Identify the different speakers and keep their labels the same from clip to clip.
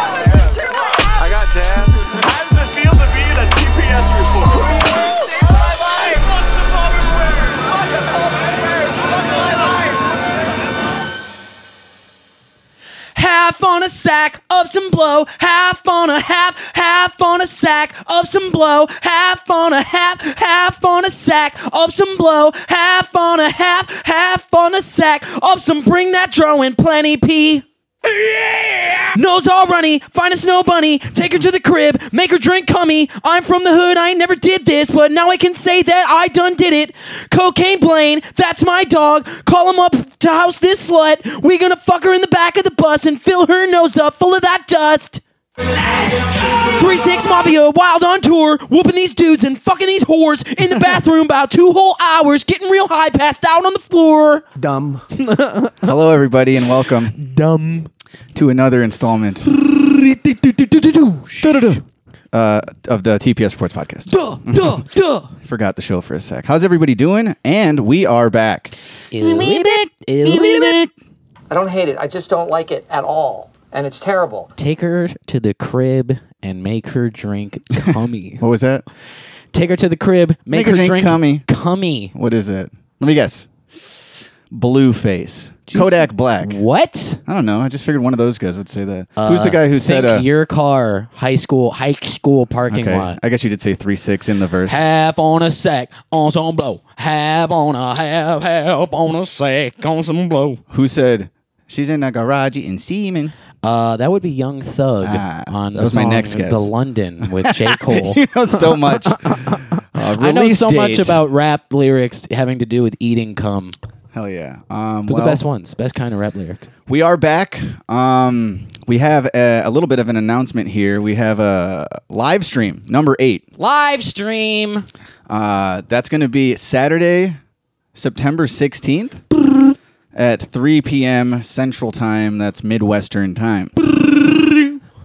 Speaker 1: I got dad.
Speaker 2: How does it feel to be in a GPS report?
Speaker 3: half on a sack of some blow, half on a half, half on a sack of some blow, half on a half, half on a sack of some blow, half on a half, half on a sack of some bring that draw in plenty pee. Nose all runny, find a snow bunny, take her to the crib, make her drink cummy. I'm from the hood, I ain't never did this, but now I can say that I done did it. Cocaine Blaine, that's my dog. Call him up to house this slut. We gonna fuck her in the back of the bus and fill her nose up full of that dust. Three Six Mafia, wild on tour, whooping these dudes and fucking these whores in the bathroom about two whole hours, getting real high, passed out on the floor.
Speaker 4: Dumb. Hello, everybody, and welcome
Speaker 3: Dumb.
Speaker 4: to another installment uh, of the TPS Sports Podcast.
Speaker 3: Duh, duh, duh.
Speaker 4: Forgot the show for a sec. How's everybody doing? And we are back.
Speaker 5: I don't hate it. I just don't like it at all. And it's terrible.
Speaker 6: Take her to the crib and make her drink cummy.
Speaker 4: What was that?
Speaker 6: Take her to the crib, make, her, drink,
Speaker 4: cummy.
Speaker 6: cummy.
Speaker 4: What is it? Let me guess. Blue face. Kodak Black.
Speaker 6: What?
Speaker 4: I don't know. I just figured one of those guys would say that. Who's the guy who
Speaker 6: Think
Speaker 4: said? Uh,
Speaker 6: your car, high school, high school parking
Speaker 4: okay,
Speaker 6: lot.
Speaker 4: I guess you did say three six in the verse.
Speaker 6: half on a sack, on some blow. Half on a half, half on a sack, on some blow.
Speaker 4: who said? She's in a garage in semen.
Speaker 6: Uh, that would be Young Thug
Speaker 4: Ah,
Speaker 6: on
Speaker 4: that
Speaker 6: the
Speaker 4: was my
Speaker 6: song
Speaker 4: next guess.
Speaker 6: The London with J. Cole.
Speaker 4: you know so much. Uh,
Speaker 6: I know
Speaker 4: release
Speaker 6: so much
Speaker 4: date.
Speaker 6: about rap lyrics having to do with eating cum.
Speaker 4: Hell yeah. Um,
Speaker 6: They're
Speaker 4: well,
Speaker 6: the best ones, best kind of rap lyric.
Speaker 4: We are back. Um, we have a, a little bit of an announcement here. We have a live stream number eight.
Speaker 6: Live stream.
Speaker 4: Uh, that's going to be Saturday, September 16th at 3 p.m. Central Time. That's Midwestern Time.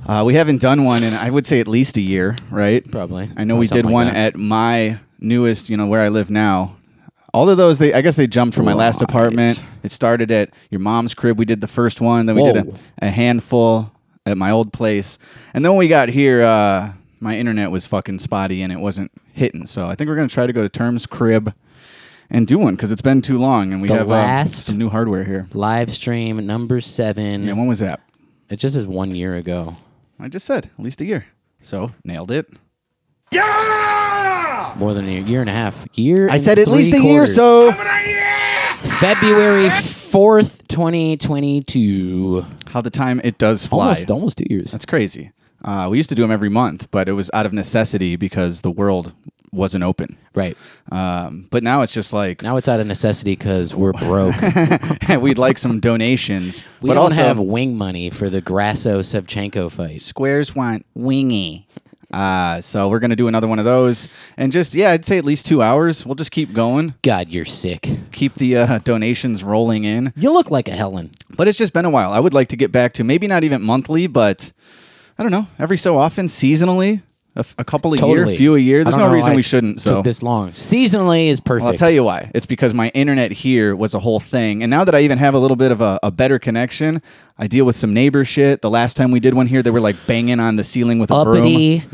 Speaker 4: Uh, we haven't done one in, I would say, at least a year, right?
Speaker 6: Probably.
Speaker 4: I
Speaker 6: Probably
Speaker 4: know we did
Speaker 6: something like
Speaker 4: one
Speaker 6: that.
Speaker 4: at my newest, you know, where I live now. All of those, they I guess they jumped from my last apartment. It started at your mom's crib. We did the first one, then we did
Speaker 6: Whoa.
Speaker 4: a, a handful at my old place, and then when we got here, uh, my internet was fucking spotty and it wasn't hitting. So I think we're gonna try to go to Term's crib and do one because it's been too long, and we
Speaker 6: The
Speaker 4: have uh,
Speaker 6: last-
Speaker 4: some new hardware here.
Speaker 6: Live stream number seven.
Speaker 4: Yeah, when was that?
Speaker 6: It just is one year ago.
Speaker 4: I just said at least a year. So nailed it.
Speaker 6: More than a year, year and a half. Year.
Speaker 4: I
Speaker 6: and
Speaker 4: said at
Speaker 6: three
Speaker 4: least a year.
Speaker 6: quarters.
Speaker 4: So
Speaker 6: February fourth, twenty twenty-two.
Speaker 4: how the time it does fly.
Speaker 6: Almost, almost two years.
Speaker 4: That's crazy. Uh, we used to do them every month, but it was out of necessity because the world wasn't open.
Speaker 6: right.
Speaker 4: Um, but now it's just like
Speaker 6: Now it's out of necessity because we're broke.
Speaker 4: we'd like some donations,
Speaker 6: we
Speaker 4: but
Speaker 6: don't
Speaker 4: also
Speaker 6: have wing money for the Grasso Sevchenko fight.
Speaker 4: squares want wingy. Uh, so we're gonna do another one of those, and just yeah, I'd say at least two hours. We'll just keep going,
Speaker 6: God, you're sick.
Speaker 4: keep the uh, donations rolling in.
Speaker 6: You look like a Helen.
Speaker 4: But it's just been a while. I would like to get back to maybe not even monthly, but I don't know, every so often, seasonally, a, f- a couple a
Speaker 6: Totally.
Speaker 4: year, few a year.
Speaker 6: I
Speaker 4: There's
Speaker 6: don't
Speaker 4: no
Speaker 6: know
Speaker 4: reason
Speaker 6: why
Speaker 4: we
Speaker 6: it
Speaker 4: shouldn't. So
Speaker 6: Took this long. Seasonally is perfect.
Speaker 4: Well, I'll tell you why. It's because my internet here was a whole thing. And now that I even have a little bit of a, a better connection, I deal with some neighbor shit. The last time we did one here, they were like banging on the ceiling with a
Speaker 6: Uppity
Speaker 4: broom. you know?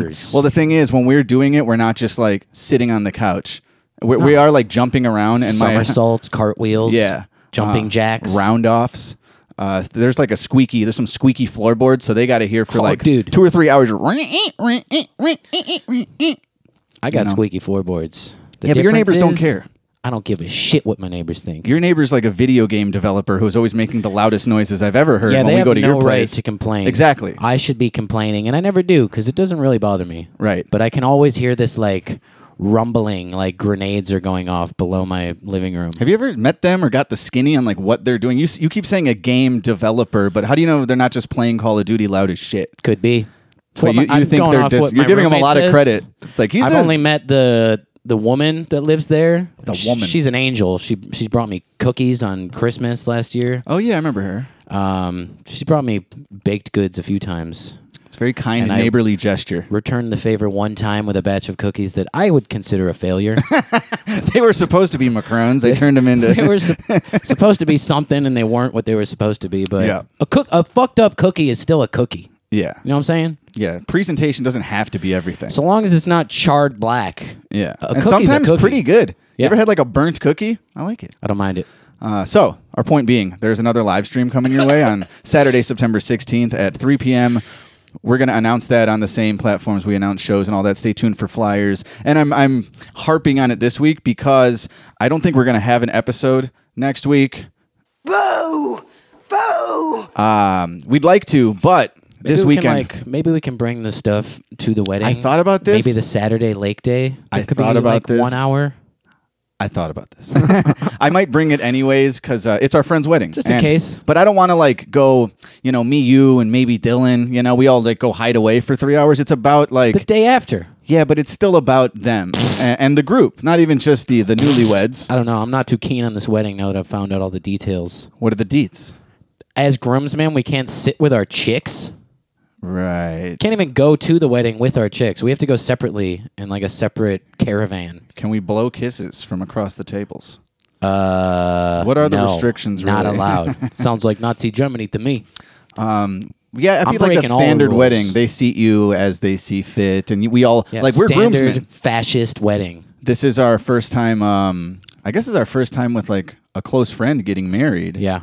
Speaker 6: neighbors.
Speaker 4: Well, the thing is, when we're doing it, we're not just like sitting on the couch. We're, We are like jumping around and my
Speaker 6: Somersaults, cartwheels.
Speaker 4: yeah,
Speaker 6: Jumping
Speaker 4: uh,
Speaker 6: jacks.
Speaker 4: round offs. Uh, there's like a squeaky. There's some squeaky floorboards, so they got to hear for
Speaker 6: Oh,
Speaker 4: like
Speaker 6: dude.
Speaker 4: two or three hours.
Speaker 6: I got
Speaker 4: know.
Speaker 6: squeaky floorboards. The
Speaker 4: Yeah, but your
Speaker 6: difference
Speaker 4: neighbors don't
Speaker 6: is,
Speaker 4: care.
Speaker 6: I don't give a shit what my neighbors think.
Speaker 4: Your neighbor's like a video game developer who's always making the loudest noises I've ever heard
Speaker 6: yeah,
Speaker 4: when
Speaker 6: they
Speaker 4: we
Speaker 6: have
Speaker 4: go to
Speaker 6: no
Speaker 4: your
Speaker 6: right
Speaker 4: place.
Speaker 6: to complain.
Speaker 4: Exactly.
Speaker 6: I should be complaining, and I never do because it doesn't really bother me.
Speaker 4: Right.
Speaker 6: But I can always hear this like rumbling, like grenades are going off below my living room.
Speaker 4: have you ever met them or got the skinny on like what they're doing? You s- you keep saying a game developer, but how do you know they're not just playing Call of Duty loud as shit?
Speaker 6: Could be. It's
Speaker 4: But
Speaker 6: what
Speaker 4: you,
Speaker 6: my-
Speaker 4: you
Speaker 6: I'm
Speaker 4: think
Speaker 6: going
Speaker 4: they're
Speaker 6: off
Speaker 4: dis-
Speaker 6: what
Speaker 4: you're
Speaker 6: my
Speaker 4: giving them a
Speaker 6: roommate
Speaker 4: lot of
Speaker 6: says.
Speaker 4: credit. It's like he's
Speaker 6: I've
Speaker 4: a-
Speaker 6: only met the the woman that lives there.
Speaker 4: The
Speaker 6: sh-
Speaker 4: woman.
Speaker 6: She's an angel. She she brought me cookies on Christmas last year.
Speaker 4: Oh yeah, I remember her.
Speaker 6: Um, she brought me baked goods a few times.
Speaker 4: It's a very kind
Speaker 6: And
Speaker 4: and,
Speaker 6: I-
Speaker 4: neighborly gesture.
Speaker 6: Returned the favor one time with a batch of cookies that I would consider a failure.
Speaker 4: They were supposed to be macarons. They turned them into.
Speaker 6: they were sup- supposed to be something, and they weren't what they were supposed to be. But
Speaker 4: Yeah.
Speaker 6: a cook, a fucked up cookie is still a cookie.
Speaker 4: yeah,
Speaker 6: You know what I'm saying?
Speaker 4: yeah. Presentation doesn't have to be everything.
Speaker 6: So long as it's not charred black.
Speaker 4: yeah,
Speaker 6: a
Speaker 4: and
Speaker 6: cookie's a
Speaker 4: sometimes
Speaker 6: cookie.
Speaker 4: pretty good. You
Speaker 6: Yeah.
Speaker 4: ever had like a burnt cookie? I like it.
Speaker 6: I don't mind it.
Speaker 4: Uh, so, our point being, there's another live stream coming your way on Saturday, September 16th at 3 p.m. We're going to announce that on the same platforms we announce shows and all that. Stay tuned for flyers. And I'm, I'm harping on it this week because I don't think we're going to have an episode next week.
Speaker 7: Boo! Boo!
Speaker 4: Um, We'd like to, but
Speaker 6: Maybe
Speaker 4: this
Speaker 6: we
Speaker 4: weekend.
Speaker 6: can, like, maybe we can bring this stuff to the wedding.
Speaker 4: I thought about this.
Speaker 6: Maybe the Saturday Lake Day. That
Speaker 4: I
Speaker 6: could
Speaker 4: thought
Speaker 6: be
Speaker 4: about
Speaker 6: like
Speaker 4: this.
Speaker 6: One hour,
Speaker 4: I thought about this. I might bring it anyways because uh, it's our friend's wedding.
Speaker 6: Just in
Speaker 4: And-
Speaker 6: case.
Speaker 4: But I don't want to like go, you know, me, you, and maybe Dylan. You know, we all like go hide away for three hours. It's about like
Speaker 6: the day after.
Speaker 4: Yeah, but it's still about them and, and the group, not even just the the newlyweds.
Speaker 6: I don't know. I'm not too keen on this wedding now that I've found out all the details.
Speaker 4: What are the deets?
Speaker 6: As groomsmen, we can't sit with our chicks.
Speaker 4: Right.
Speaker 6: Can't even go to the wedding with our chicks. We have to go separately in like a separate caravan.
Speaker 4: Can we blow kisses from across the tables?
Speaker 6: Uh,
Speaker 4: What are the
Speaker 6: no,
Speaker 4: restrictions
Speaker 6: Not
Speaker 4: really?
Speaker 6: allowed. Sounds like Nazi Germany to me.
Speaker 4: Yeah, I
Speaker 6: I'm
Speaker 4: feel like that
Speaker 6: breaking all
Speaker 4: standard
Speaker 6: rules.
Speaker 4: wedding. They seat you as they see fit, and you- we all
Speaker 6: Yeah,
Speaker 4: like we're
Speaker 6: standard
Speaker 4: groomsmen.
Speaker 6: fascist wedding.
Speaker 4: This is our first time. Um, I guess it's our first time with like a close friend getting married.
Speaker 6: Yeah,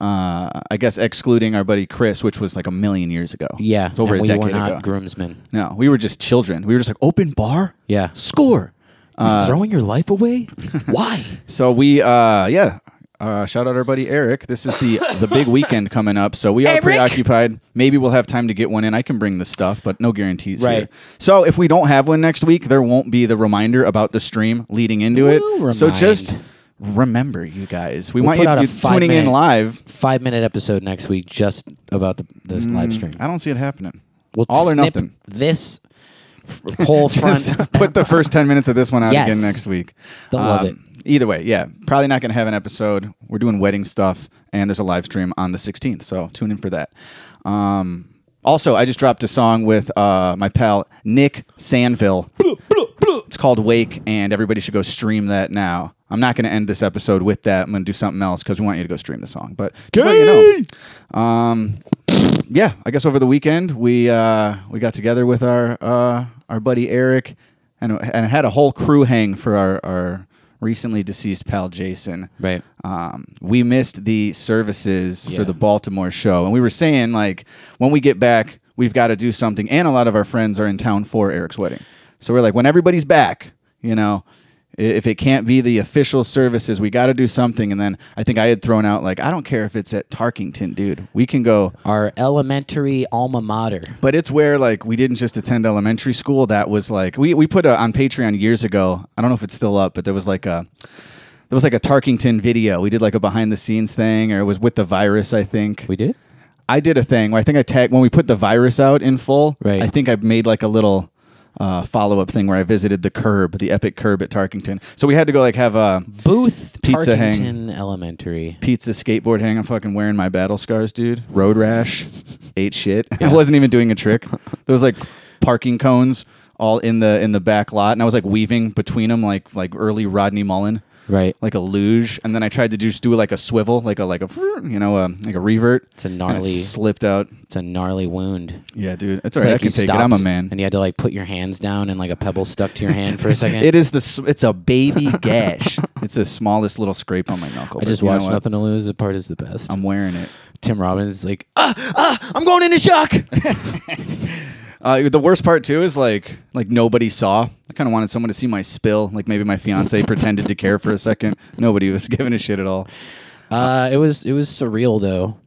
Speaker 4: Uh, I guess excluding our buddy Chris, which was like a million years ago.
Speaker 6: yeah.
Speaker 4: it's over
Speaker 6: and
Speaker 4: a
Speaker 6: we
Speaker 4: decade
Speaker 6: were not
Speaker 4: ago.
Speaker 6: groomsmen.
Speaker 4: no, we were just children. We were just like open bar.
Speaker 6: Yeah.
Speaker 4: score. Uh,
Speaker 6: You're throwing your life away? Why?
Speaker 4: So we, uh, yeah, uh, shout out our buddy Eric. This is the the big weekend coming up, so we are preoccupied. Maybe we'll have time to get one in. I can bring the stuff, but no guarantees. here.
Speaker 6: Right.
Speaker 4: So if we don't have one next week, there won't be the reminder about the stream leading into it.
Speaker 6: We'll
Speaker 4: So
Speaker 6: remind.
Speaker 4: just remember, you guys. We
Speaker 6: We'll
Speaker 4: want
Speaker 6: put out a
Speaker 4: you to be tuning in
Speaker 6: five-minute-
Speaker 4: live.
Speaker 6: Five minute episode next week just about the, this live stream.
Speaker 4: I don't see it happening.
Speaker 6: We'll
Speaker 4: Mm. all or
Speaker 6: snip
Speaker 4: nothing.
Speaker 6: This f- whole
Speaker 4: Just
Speaker 6: front.
Speaker 4: put the first 10 minutes of this one out
Speaker 6: Yes.
Speaker 4: again next week. Um,
Speaker 6: They'll love it.
Speaker 4: Either way, yeah. Probably not going to have an episode. We're doing wedding stuff, and there's a live stream on the 16th, so tune in for that. Um, also, I just dropped a song with uh, my pal Nick Sanville. It's called Wake, and everybody should go stream that now. I'm not going to end this episode with that. I'm going to do something else because we want you to go stream the song. But just let you know, yeah, I guess over the weekend we uh, we got together with our uh, our buddy Eric and and had a whole crew hang for our, our recently deceased pal Jason.
Speaker 6: Right.
Speaker 4: Um, we missed the services
Speaker 6: Yeah.
Speaker 4: for the Baltimore show, and we were saying like when we get back, we've got to do something. And a lot of our friends are in town for Eric's wedding, so we're like, when everybody's back, you know. i- If it can't be the official services, we got to do something. And then I think I had thrown out like, I don't care if it's at Tarkington, dude. We can go
Speaker 6: Our elementary alma mater.
Speaker 4: but it's where like we didn't just attend elementary school. That was like we we put a, on Patreon years ago. I don't know if it's still up, but there was like a there was like a Tarkington video. We did like a behind the scenes thing, or it was with the virus. I think
Speaker 6: We did?
Speaker 4: I did a thing where I think I tagged when we put the virus out in full.
Speaker 6: Right.
Speaker 4: I think I made like a little uh, follow up thing where I visited the curb, the epic curb at Tarkington. So we had to go like have a
Speaker 6: Booth
Speaker 4: Pizza hang.
Speaker 6: Tarkington Elementary.
Speaker 4: pizza skateboard hang. I'm fucking wearing my battle scars, dude. Road rash, ate shit. I wasn't even doing a trick. There was like parking cones all in the in the back lot, and I was like weaving between them like like early Rodney Mullen,
Speaker 6: Right.
Speaker 4: like a luge. And then I tried to just do like a swivel, like a like a you know um, like a revert.
Speaker 6: It's a
Speaker 4: and it
Speaker 6: gnarly-
Speaker 4: slipped out.
Speaker 6: It's a gnarly wound.
Speaker 4: Yeah, dude.
Speaker 6: It's
Speaker 4: It's alright.
Speaker 6: like
Speaker 4: I
Speaker 6: you
Speaker 4: can take
Speaker 6: stopped
Speaker 4: it. I'm a man.
Speaker 6: And you had to like put your hands down and like a pebble stuck to your hand for a second.
Speaker 4: It is the s- it's a baby gash. it's the smallest little scrape on my
Speaker 6: I
Speaker 4: knuckle. but
Speaker 6: just
Speaker 4: you know
Speaker 6: watched
Speaker 4: what?
Speaker 6: Nothing to Lose. The part is the best.
Speaker 4: I'm wearing it.
Speaker 6: Tim Robbins is like, ah, ah, I'm going into shock.
Speaker 4: Uh, the worst part too is like like nobody saw. I kind of wanted someone to see my spill. Like maybe my fiance pretended to care for a second. Nobody was giving a shit at all.
Speaker 6: uh, it was it was surreal though.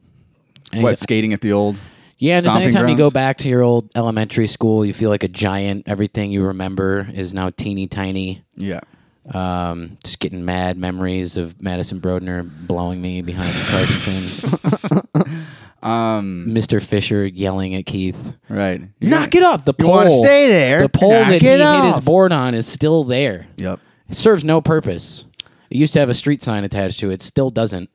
Speaker 6: And
Speaker 4: What skating at the old?
Speaker 6: Yeah, just
Speaker 4: stomping
Speaker 6: anytime you go
Speaker 4: grounds?
Speaker 6: back to your old elementary school, you feel like a giant. Everything you remember is now teeny tiny.
Speaker 4: Yeah,
Speaker 6: Um, just getting mad memories of Madison Brodner blowing me behind the Tarkington.
Speaker 4: Um,
Speaker 6: Mr. Fisher yelling at Keith.
Speaker 4: Right. You're
Speaker 6: Knock it up. The
Speaker 4: You
Speaker 6: pole.
Speaker 4: wanna stay there.
Speaker 6: The pole
Speaker 4: Knock
Speaker 6: that he
Speaker 4: it
Speaker 6: hit his
Speaker 4: off.
Speaker 6: board on is still there.
Speaker 4: gonna- Yep.
Speaker 6: It serves no purpose. It used to have a street sign attached to it. Still doesn't.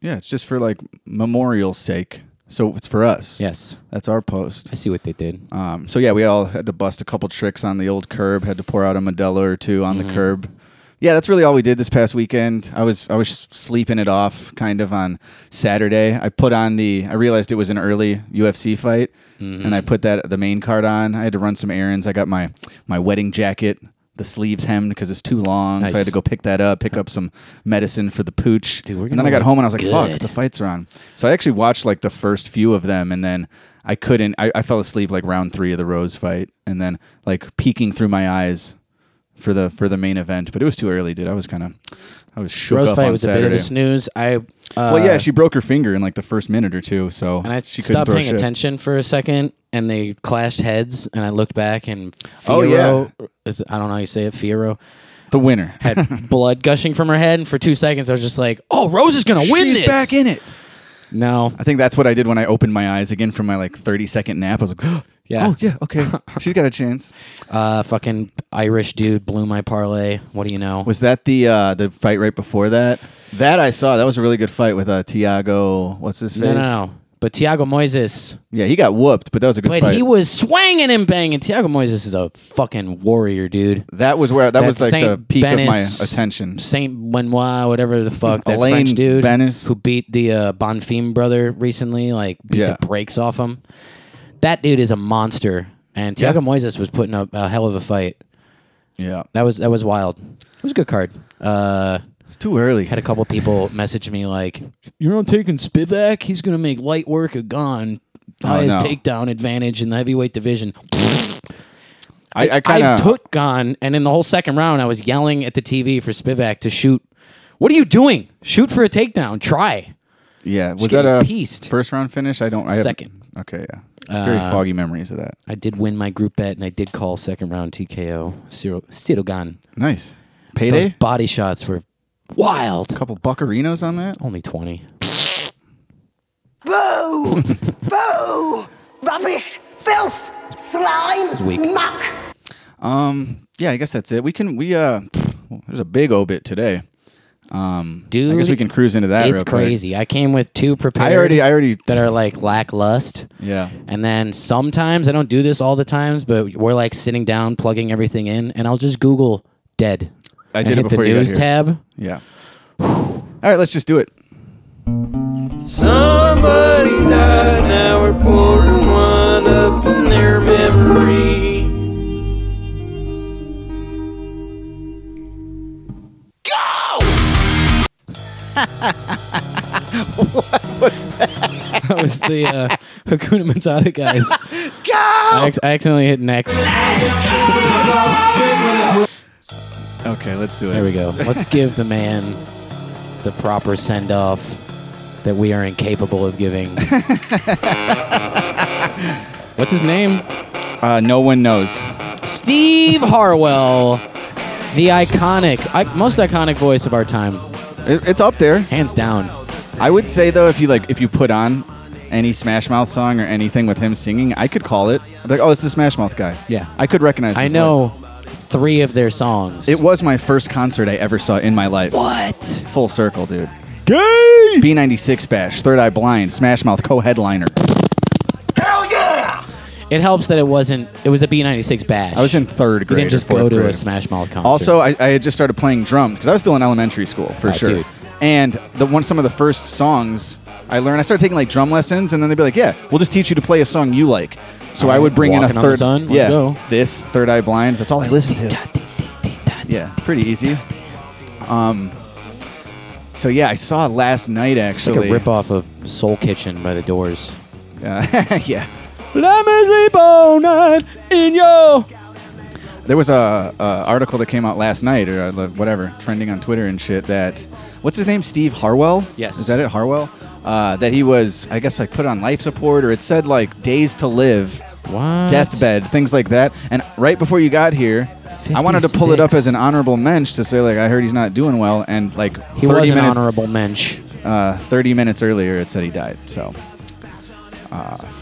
Speaker 4: Yeah, it's just for like memorial's sake. So it's for us.
Speaker 6: Yes.
Speaker 4: That's our
Speaker 6: I
Speaker 4: post.
Speaker 6: see what they did.
Speaker 4: Um, so yeah, we all had to bust a couple tricks on the old curb. Had to pour out a Modelo or two on
Speaker 6: Mm-hmm.
Speaker 4: the curb. Yeah, that's really all we did this past weekend. I was I was sleeping it off kind of on Saturday. I put on the I realized it was an early UFC fight,
Speaker 6: Mm-hmm.
Speaker 4: and I put that the main card on. I had to run some errands. I got my my wedding jacket, the sleeves hemmed because it's too long, so I
Speaker 6: Nice.
Speaker 4: had to go pick that up, pick up some medicine for the pooch.
Speaker 6: we're
Speaker 4: and then
Speaker 6: gonna
Speaker 4: I got
Speaker 6: look
Speaker 4: home and I was like, "Fuck,
Speaker 6: good.
Speaker 4: the fights are on." So I actually watched like the first few of them, and then I couldn't. I, I fell asleep like round three of the Rose fight, and then like peeking through my eyes for the for the main event. But it was too early, dude. I was kind of I was shook
Speaker 6: Rose
Speaker 4: up
Speaker 6: fight
Speaker 4: on
Speaker 6: was
Speaker 4: Saturday.
Speaker 6: a bit of a snooze. I uh,
Speaker 4: well, yeah, she broke her finger in like the first minute or two, so
Speaker 6: and I
Speaker 4: she couldn't
Speaker 6: stopped
Speaker 4: throw
Speaker 6: paying
Speaker 4: shit.
Speaker 6: attention for a second, and they clashed heads, and I looked back, and
Speaker 4: Oh,
Speaker 6: Firo, is- I don't know how you say it, Firo
Speaker 4: The winner
Speaker 6: had blood gushing from her head, and for two seconds I was just like, "Oh, Rose is gonna win
Speaker 4: She's
Speaker 6: this!"
Speaker 4: back in it.
Speaker 6: No,
Speaker 4: I think that's what I did when I opened my eyes again from my like thirty second nap. I was like,
Speaker 6: Yeah.
Speaker 4: oh yeah, okay, she's got a chance.
Speaker 6: uh, fucking Irish dude blew my parlay. What do you know?
Speaker 4: Was that the uh, the fight right before that? That I saw. That was a really good fight with uh, Tiago. What's his face?
Speaker 6: no, no, no. But Tiago Moises,
Speaker 4: Yeah, he got whooped, but that was a good
Speaker 6: but
Speaker 4: fight.
Speaker 6: he was swinging and banging. Tiago Moises is a fucking warrior, dude.
Speaker 4: that was where that was
Speaker 6: That
Speaker 4: like the
Speaker 6: Saint
Speaker 4: peak of
Speaker 6: Benis-
Speaker 4: my attention.
Speaker 6: Saint Benoit, whatever the fuck, that
Speaker 4: Alain
Speaker 6: French dude
Speaker 4: Benis.
Speaker 6: who beat the uh, Bonfim brother recently, like beat
Speaker 4: Yeah.
Speaker 6: the brakes off him. That dude is a monster, and Thiago
Speaker 4: Yeah.
Speaker 6: Moises was putting up a hell of a fight.
Speaker 4: Yeah,
Speaker 6: That was that was wild. It was a good card. Uh,
Speaker 4: it's too early.
Speaker 6: had a couple people message me like, "You're not taking Spivak. He's gonna make light work of Gon." Highest
Speaker 4: Oh, no.
Speaker 6: takedown advantage in the heavyweight division.
Speaker 4: I, I kind
Speaker 6: I
Speaker 4: of
Speaker 6: took Gon, and in the whole second round, I was yelling at the TV for Spivak to shoot. What are you doing? Shoot for a takedown. Try.
Speaker 4: yeah. Was
Speaker 6: Just
Speaker 4: that
Speaker 6: getting
Speaker 4: a
Speaker 6: pieced.
Speaker 4: first round finish? I don't. I haven't-
Speaker 6: Second. Uh,
Speaker 4: Okay, yeah. Very foggy memories of that.
Speaker 6: I did win my group bet, and I did call second round TKO Ciro, Ciro Gon.
Speaker 4: Nice
Speaker 6: Those
Speaker 4: payday.
Speaker 6: body shots were wild.
Speaker 4: couple buccarinos on that.
Speaker 6: Only twenty.
Speaker 7: Boo! Boo! Rubbish! Filth!
Speaker 6: weak.
Speaker 7: Slime! Muck!
Speaker 4: Yeah, I guess that's it. We can we uh. There's a big obit today.
Speaker 6: Dude,
Speaker 4: I guess we can cruise into that.
Speaker 6: It's
Speaker 4: real quick.
Speaker 6: crazy. I came with two prepared.
Speaker 4: I already. I already.
Speaker 6: that are like lacklust.
Speaker 4: Yeah.
Speaker 6: And then sometimes I don't do this all the times, but we're like sitting down, plugging everything in, and I'll just Google dead.
Speaker 4: I
Speaker 6: and
Speaker 4: did it
Speaker 6: hit
Speaker 4: before
Speaker 6: the
Speaker 4: you got
Speaker 6: news
Speaker 4: here.
Speaker 6: tab.
Speaker 4: Yeah. All right, let's just do it.
Speaker 1: Somebody died, now we're pouring one up in their memory.
Speaker 6: That was the uh, Hakuna Matata guys. Go! I, ac- I accidentally hit next.
Speaker 4: Okay, let's do it.
Speaker 6: There we go. Let's give the man the proper send off that we are incapable of giving. What's his name?
Speaker 4: Uh, no one knows.
Speaker 6: Steve Harwell, the iconic, I, most iconic voice of our time,
Speaker 4: It, it's up there.
Speaker 6: hands down.
Speaker 4: I would say though, if you like, if you put on any Smash Mouth song or anything with him singing, I could call it. I'd be like, oh, it's the Smash Mouth guy.
Speaker 6: Yeah.
Speaker 4: I could recognize.
Speaker 6: I
Speaker 4: his
Speaker 6: know
Speaker 4: voice.
Speaker 6: three of their songs.
Speaker 4: It was my first concert I ever saw in my life.
Speaker 6: what?
Speaker 4: Full circle, dude. Gay. B96 Bash, Third Eye Blind, Smash Mouth co-headliner.
Speaker 6: It helps that it wasn't. It was a B96 bash.
Speaker 4: I was in third
Speaker 6: You
Speaker 4: grade.
Speaker 6: didn't
Speaker 4: or
Speaker 6: just go
Speaker 4: fourth
Speaker 6: to a
Speaker 4: grade.
Speaker 6: Smash Mouth concert.
Speaker 4: Also, I, I had just started playing drums because I was still in elementary school for
Speaker 6: Ah,
Speaker 4: sure.
Speaker 6: dude.
Speaker 4: And the one, some of the first songs I learned, I started taking like drum lessons, and then they'd be like, "Yeah, we'll just teach you to play a song you like." So I
Speaker 6: Alright,
Speaker 4: would bring in a
Speaker 6: Walking on the
Speaker 4: third,
Speaker 6: Sun, let's
Speaker 4: yeah,
Speaker 6: go.
Speaker 4: this Third Eye Blind. That's all I listened to. Yeah, pretty easy. Um, so yeah, I saw last night
Speaker 6: It's like a
Speaker 4: actually.
Speaker 6: ripoff of Soul Kitchen by the Doors.
Speaker 4: Uh, yeah,
Speaker 6: Let me sleep all night in your.
Speaker 4: there was a, a article that came out last night or uh, whatever trending on Twitter and shit that what's his name Steve Harwell
Speaker 6: Yes.
Speaker 4: is that it Harwell uh, that he was I guess like put on life support or it said like days to live
Speaker 6: What?
Speaker 4: deathbed things like that and right before you got here I wanted to pull it up
Speaker 6: 56.
Speaker 4: as an honorable mensch to say like I heard he's not doing well and like
Speaker 6: He
Speaker 4: 30
Speaker 6: was an
Speaker 4: minutes
Speaker 6: honorable mensch.
Speaker 4: uh, 30 minutes earlier it said he died so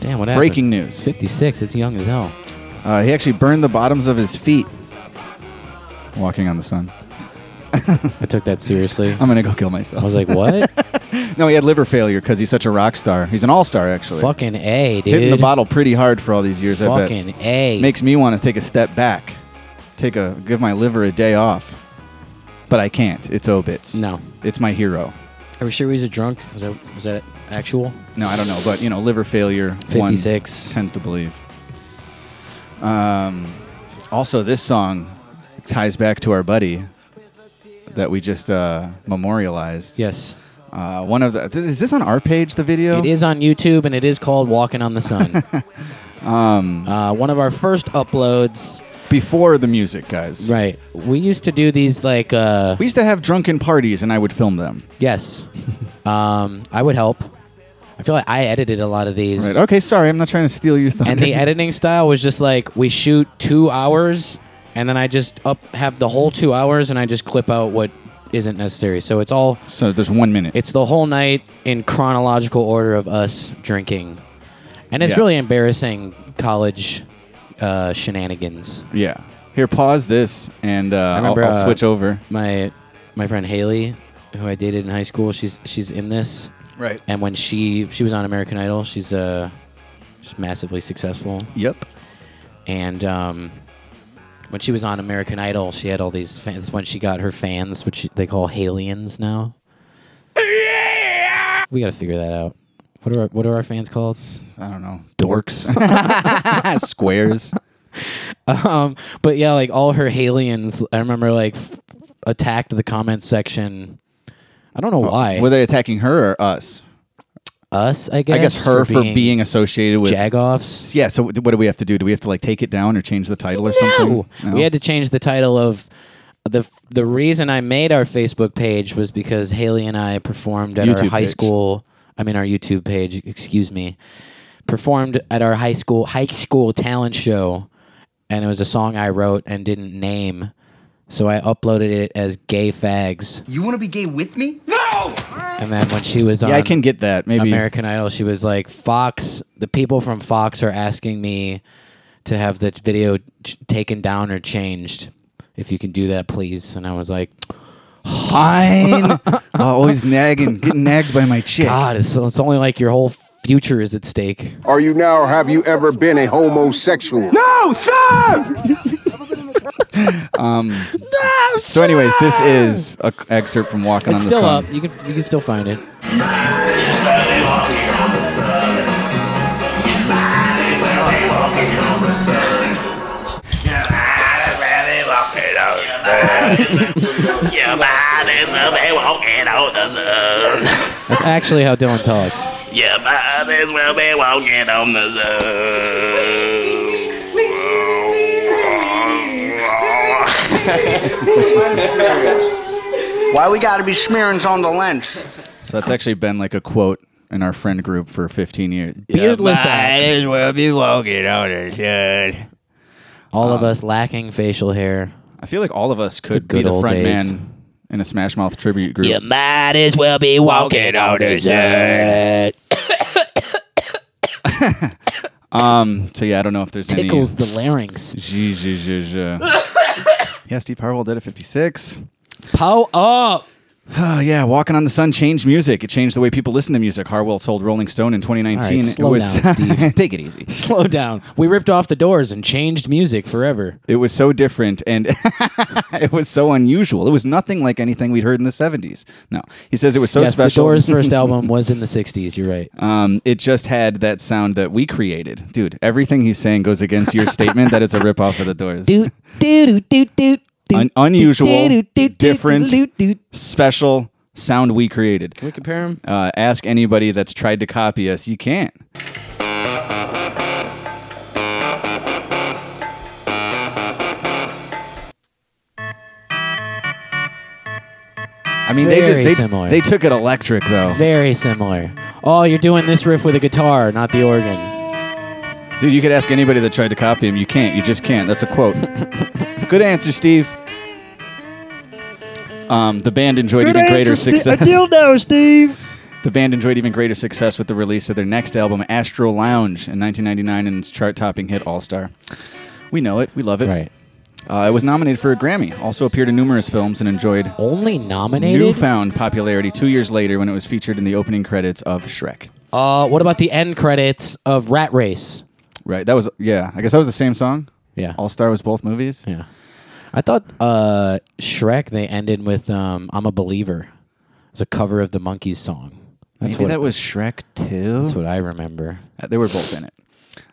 Speaker 6: Damn, what happened?
Speaker 4: Breaking news.
Speaker 6: 56. It's young as hell.
Speaker 4: Uh, he actually burned the bottoms of his feet walking on the sun.
Speaker 6: I took that seriously.
Speaker 4: I'm gonna go kill
Speaker 6: I
Speaker 4: myself.
Speaker 6: was like, what?
Speaker 4: No, he had liver failure because he's such a rock star. He's an all star actually.
Speaker 6: Fucking A, dude.
Speaker 4: Hitting the bottle pretty hard for all these years. I bet.
Speaker 6: Fucking A.
Speaker 4: makes me want to take a step back, take a give my liver a day off, but I can't. It's Obits.
Speaker 6: No.
Speaker 4: it's my hero.
Speaker 6: Are we sure he's a drunk? Was that was that actual?
Speaker 4: No, I don't know, but you know, liver failure. one
Speaker 6: 56.
Speaker 4: tends to believe. Um, also, this song ties back to our buddy that we just uh, memorialized.
Speaker 6: Yes.
Speaker 4: Uh, one of the th- is this on our page? The video.
Speaker 6: It is on YouTube and it is called Walking on the Sun. um, uh, one of our first uploads.
Speaker 4: before the music, guys.
Speaker 6: Right. We used to do these like uh,
Speaker 4: We used to have drunken parties, and I would film them.
Speaker 6: yes. Um, I would help. I feel like I edited a lot of these.
Speaker 4: Right. Okay, sorry, I'm not trying to steal your thunder.
Speaker 6: And the editing style was just like we shoot 2 hours and then I just up have the whole 2 hours and I just clip out what isn't necessary. So it's all
Speaker 4: so there's one minute.
Speaker 6: It's the whole night in chronological order of us drinking. And it's
Speaker 4: Yeah.
Speaker 6: really embarrassing college uh, shenanigans.
Speaker 4: Yeah. Here, pause this, and uh, I'll-
Speaker 6: remember,
Speaker 4: I'll,
Speaker 6: uh,
Speaker 4: switch over.
Speaker 6: My my friend Haley, who I dated in high school, she's she's in this.
Speaker 4: Right.
Speaker 6: And when she she was on American Idol, she's uh she's massively successful.
Speaker 4: Yep.
Speaker 6: And um when she was on American Idol, she had all these fans. When she got her fans, which they call Halians now. We got to figure that out. What are our, what are our fans called?
Speaker 4: I don't know. Dorks.
Speaker 6: Ah,
Speaker 4: Squares.
Speaker 6: Um, but yeah, like all her aliens, I remember like f- f- attacked the comment section. I don't know
Speaker 4: Oh,
Speaker 6: why.
Speaker 4: Were they attacking her or us?
Speaker 6: Us, I guess.
Speaker 4: I guess her for being, associated with.
Speaker 6: jagoffs.
Speaker 4: Yeah. So what do we have to do? Do we have to like take it down or change the title or something? No.
Speaker 6: We had to change the title of the f- the reason I made our Facebook page was because Haley and I performed at our
Speaker 4: YouTube
Speaker 6: high
Speaker 4: page.
Speaker 6: school. I mean, our YouTube page. Excuse me. Performed at our high school high school talent show, and it was a song I wrote and didn't name. So I uploaded it as "Gay Fags."
Speaker 7: You want to be gay with me?
Speaker 6: And then when she was on
Speaker 4: Yeah, I can get that. Maybe.
Speaker 6: American Idol, she was like, Fox, the people from Fox are asking me to have the video ch- taken down or changed. If you can do that, please. And I was like,
Speaker 4: Fine. oh, always nagging, getting nagged by my chick.
Speaker 6: God, it's, it's only like your whole future is at stake.
Speaker 8: Are you now or have you ever been a homosexual?
Speaker 4: So, anyways, this is an excerpt from Walking
Speaker 6: It's
Speaker 4: on
Speaker 6: still
Speaker 4: the Sun.
Speaker 6: up. You can you can still find it. That's actually how Dylan talks.
Speaker 9: Yeah, might as well be walking on the zoo.
Speaker 7: Why we gotta be smearings on the lens?
Speaker 4: So that's actually been like a quote in our friend group for 15 years.
Speaker 6: Beardless
Speaker 9: Might
Speaker 6: act.
Speaker 9: as well be walking on the zoo.
Speaker 6: All of us lacking facial hair.
Speaker 4: I feel like all of us could
Speaker 6: Good
Speaker 4: be the
Speaker 6: old
Speaker 4: front
Speaker 6: days.
Speaker 4: man in a Smash Mouth tribute group.
Speaker 9: You might as well be walking on the zoo.
Speaker 4: So yeah, I don't know if there's any.
Speaker 6: Tickles the larynx.
Speaker 4: Zh, zh, zh, zh. yeah, Steve Harwell did it 56.
Speaker 6: Pow up.
Speaker 4: Oh yeah, Walking on the Sun changed music. It changed the way people listen to music. Harwell told Rolling Stone in 2019
Speaker 6: All right, slow
Speaker 4: it was
Speaker 6: down, Steve.
Speaker 4: take it easy.
Speaker 6: Slow down. We ripped off the doors and changed music forever.
Speaker 4: It was so different and it was so unusual. It was nothing like anything we'd heard in the 70s. No. He says it was so
Speaker 6: yes,
Speaker 4: special.
Speaker 6: the Doors' first album was in the '60s. You're right.
Speaker 4: Um, it just had that sound that we created. Dude, everything he's saying goes against your statement that it's a rip off of the Doors.
Speaker 6: Doot doot doot doot.
Speaker 4: Un- unusual, different, special sound we created.
Speaker 6: we compare them?
Speaker 4: Uh, ask anybody that's tried to copy us. You can't. I mean, they
Speaker 6: Very
Speaker 4: just they,
Speaker 6: similar.
Speaker 4: they took it electric though,
Speaker 6: Very similar. Oh, you're doing this riff with a guitar, not the organ.
Speaker 4: dude. You could ask anybody that tried to copy him. You can't. You just can't. That's a quote. Good answer, Steve. Um, the band enjoyed even greater success.
Speaker 6: dildo, Steve.
Speaker 4: The band enjoyed even greater success with the release of their next album, Astro Lounge, in 1999 and its chart topping hit All Star. We know it. We love it.
Speaker 6: Right.
Speaker 4: Uh, it was nominated for a Grammy, also appeared in numerous films, and enjoyed
Speaker 6: Only nominated.
Speaker 4: newfound popularity two years later when it was featured in the opening credits of Shrek.
Speaker 6: Uh, what about the end credits of Rat Race?
Speaker 4: Right. That was, yeah, I guess that was the same song.
Speaker 6: Yeah.
Speaker 4: All Star was both movies.
Speaker 6: Yeah. I thought uh, Shrek they ended with um, "I'm a Believer." It's a cover of the Monkeys song. That's
Speaker 4: Maybe
Speaker 6: what
Speaker 4: that was Shrek 2.
Speaker 6: that's what I remember.
Speaker 4: Uh, They were both in it.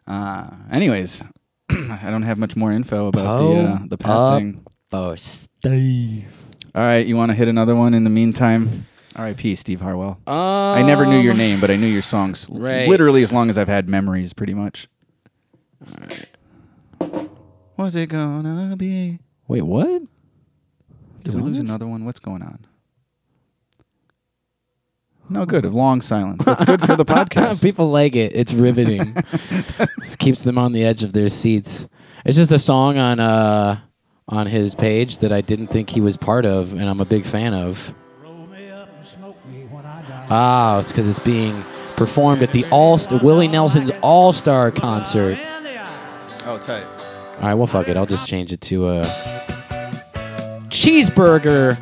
Speaker 4: Uh, anyways, I don't have much more info about the uh,
Speaker 6: Poe
Speaker 4: the passing.
Speaker 6: Oh, Steve.
Speaker 4: All right, you want to hit another one in the meantime? R.I.P. Steve Harwell. I never knew your name, but I knew your songs l-
Speaker 6: Um, right.
Speaker 4: literally as long as I've had memories, pretty much. Was it gonna be?
Speaker 6: Wait, what?
Speaker 4: Did
Speaker 6: Is it
Speaker 4: we
Speaker 6: on
Speaker 4: lose
Speaker 6: this?
Speaker 4: another one? What's going on? No good. A long silence. That's good for the podcast.
Speaker 6: People like it. It's riveting. This keeps them on the edge of their seats. It's just a song on uh on his page that I didn't think he was part of, and I'm a big fan of. Ah, it's because it's being performed at the All Willie Nelson's All Star concert.
Speaker 4: Oh, tight.
Speaker 6: All right, well, fuck it. I'll just change it to uh, cheeseburger.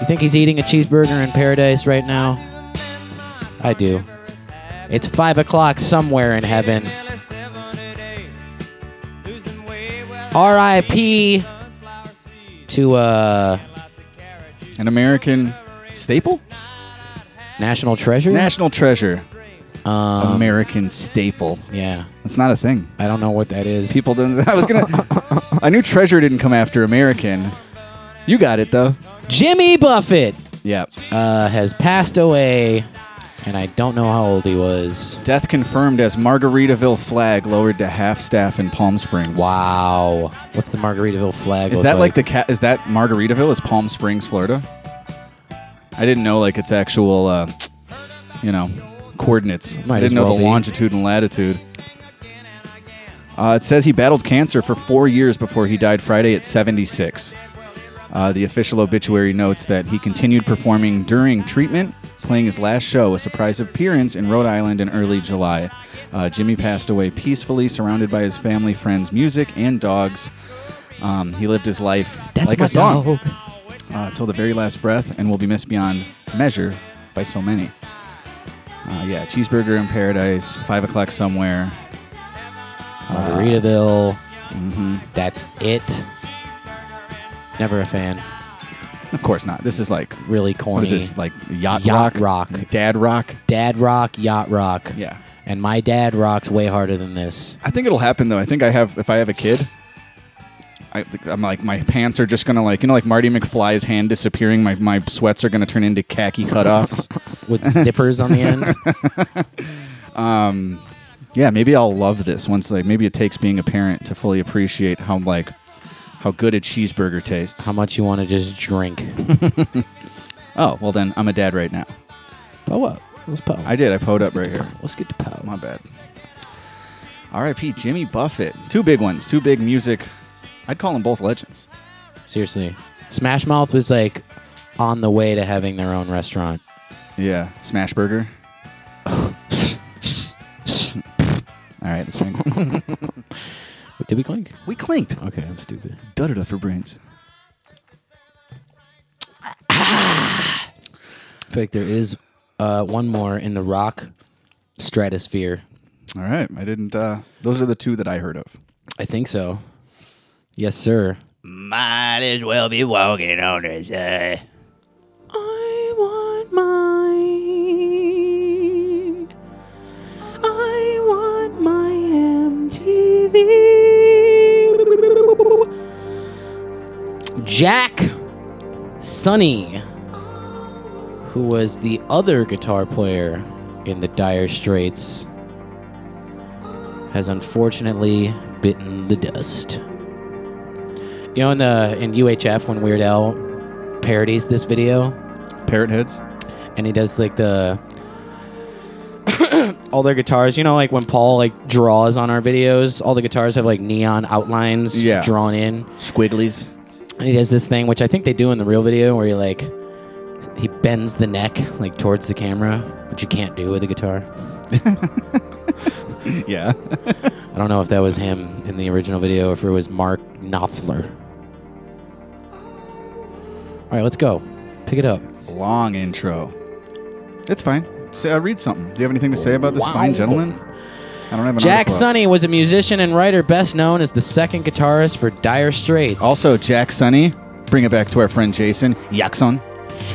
Speaker 6: You think he's eating a cheeseburger in paradise right now? I do. It's five o'clock somewhere in heaven. R.I.P. to uh,
Speaker 4: An American staple?
Speaker 6: National Treasure.
Speaker 4: National treasure. American staple.
Speaker 6: yeah,
Speaker 4: That's not a thing.
Speaker 6: I don't know what that is.
Speaker 4: People don't. I was gonna. I knew treasure didn't come after American. You got it though.
Speaker 6: Jimmy Buffett
Speaker 4: Yeah.
Speaker 6: uh, has passed away, and I don't know how old he was.
Speaker 4: Death confirmed as Margaritaville flag lowered to half staff in Palm Springs.
Speaker 6: Wow. What's the Margaritaville flag?
Speaker 4: Is
Speaker 6: look
Speaker 4: that like the cat? Is that Margaritaville? Is Palm Springs, Florida? I didn't know like its actual, uh, you know, coordinates.
Speaker 6: Might
Speaker 4: I
Speaker 6: as
Speaker 4: didn't know
Speaker 6: well
Speaker 4: the
Speaker 6: be.
Speaker 4: longitude and latitude. Uh, it says he battled cancer for four years before he died Friday at 76. Uh, the official obituary notes that he continued performing during treatment, playing his last show, a surprise appearance in Rhode Island in early July. Uh, Jimmy passed away peacefully, surrounded by his family, friends, music, and dogs. Um, he lived his life
Speaker 6: That's
Speaker 4: like
Speaker 6: my
Speaker 4: a song
Speaker 6: dog.
Speaker 4: uh, till the very last breath and will be missed beyond measure by so many. Uh, yeah, Cheeseburger in Paradise, 5 o'clock somewhere.
Speaker 6: Margaritaville.
Speaker 4: mm-hmm.
Speaker 6: That's it. Never a fan.
Speaker 4: Of course not. This is like,
Speaker 6: Really corny.
Speaker 4: what is this? Like yacht,
Speaker 6: Yacht
Speaker 4: rock?
Speaker 6: rock.
Speaker 4: Dad rock?
Speaker 6: dad rock, yacht rock.
Speaker 4: Yeah.
Speaker 6: And my dad rocks way harder than this.
Speaker 4: I think it'll happen though. I think I have, if I have a kid, I, think- I'm like, my pants are just going to like, you know, like Marty McFly's hand disappearing. My, my sweats are going to turn into khaki cutoffs.
Speaker 6: With zippers on the end.
Speaker 4: yeah, maybe I'll love this once, like, maybe it takes being a parent to fully appreciate how, like, how good a cheeseburger tastes.
Speaker 6: How much you want to just drink.
Speaker 4: Oh, well then I'm a dad right now.
Speaker 6: Poe up. Let's poe.
Speaker 4: I did. I poed up right here.
Speaker 6: Let's get to poe.
Speaker 4: My bad. R.I.P. Jimmy Buffett. Two big ones. Two big music. I'd call them both legends.
Speaker 6: Seriously. Smash Mouth was like on the way to having their own restaurant.
Speaker 4: Yeah. Smashburger. All right, let's drink.
Speaker 6: Did we clink?
Speaker 4: we clinked.
Speaker 6: Okay, I'm stupid.
Speaker 4: Dudded up for brains.
Speaker 6: In fact, there is uh, one more in the rock stratosphere.
Speaker 4: All right, I didn't. Uh, those are the two that I heard of.
Speaker 6: I think so. Yes, sir.
Speaker 9: Might as well be walking on this earth.
Speaker 3: I want my. I want my MTV.
Speaker 6: Jack Sonny, who was the other guitar player in the Dire Straits, has unfortunately bitten the dust. You know, in the in UHF when Weird Al parodies this video,
Speaker 4: Parrot heads.
Speaker 6: and he does like the all their guitars. You know, like when Paul like draws on our videos, all the guitars have like neon outlines
Speaker 4: Yeah.
Speaker 6: drawn in.
Speaker 4: Squigglies.
Speaker 6: And he does this thing, which I think they do in the real video, where he like he bends the neck like towards the camera, which you can't do with a guitar.
Speaker 4: Yeah.
Speaker 6: I don't know if that was him in the original video or if it was Mark Knopfler. All right, let's go. Pick it up.
Speaker 4: Long intro. It's fine. Say, uh, read something. Do you have anything to say about this fine gentleman? I don't have an
Speaker 6: Jack
Speaker 4: article up.
Speaker 6: Sonny was a musician and writer best known as the second guitarist for Dire Straits.
Speaker 4: Also, Jack Sonny. Bring it back to our friend Jason Yakson.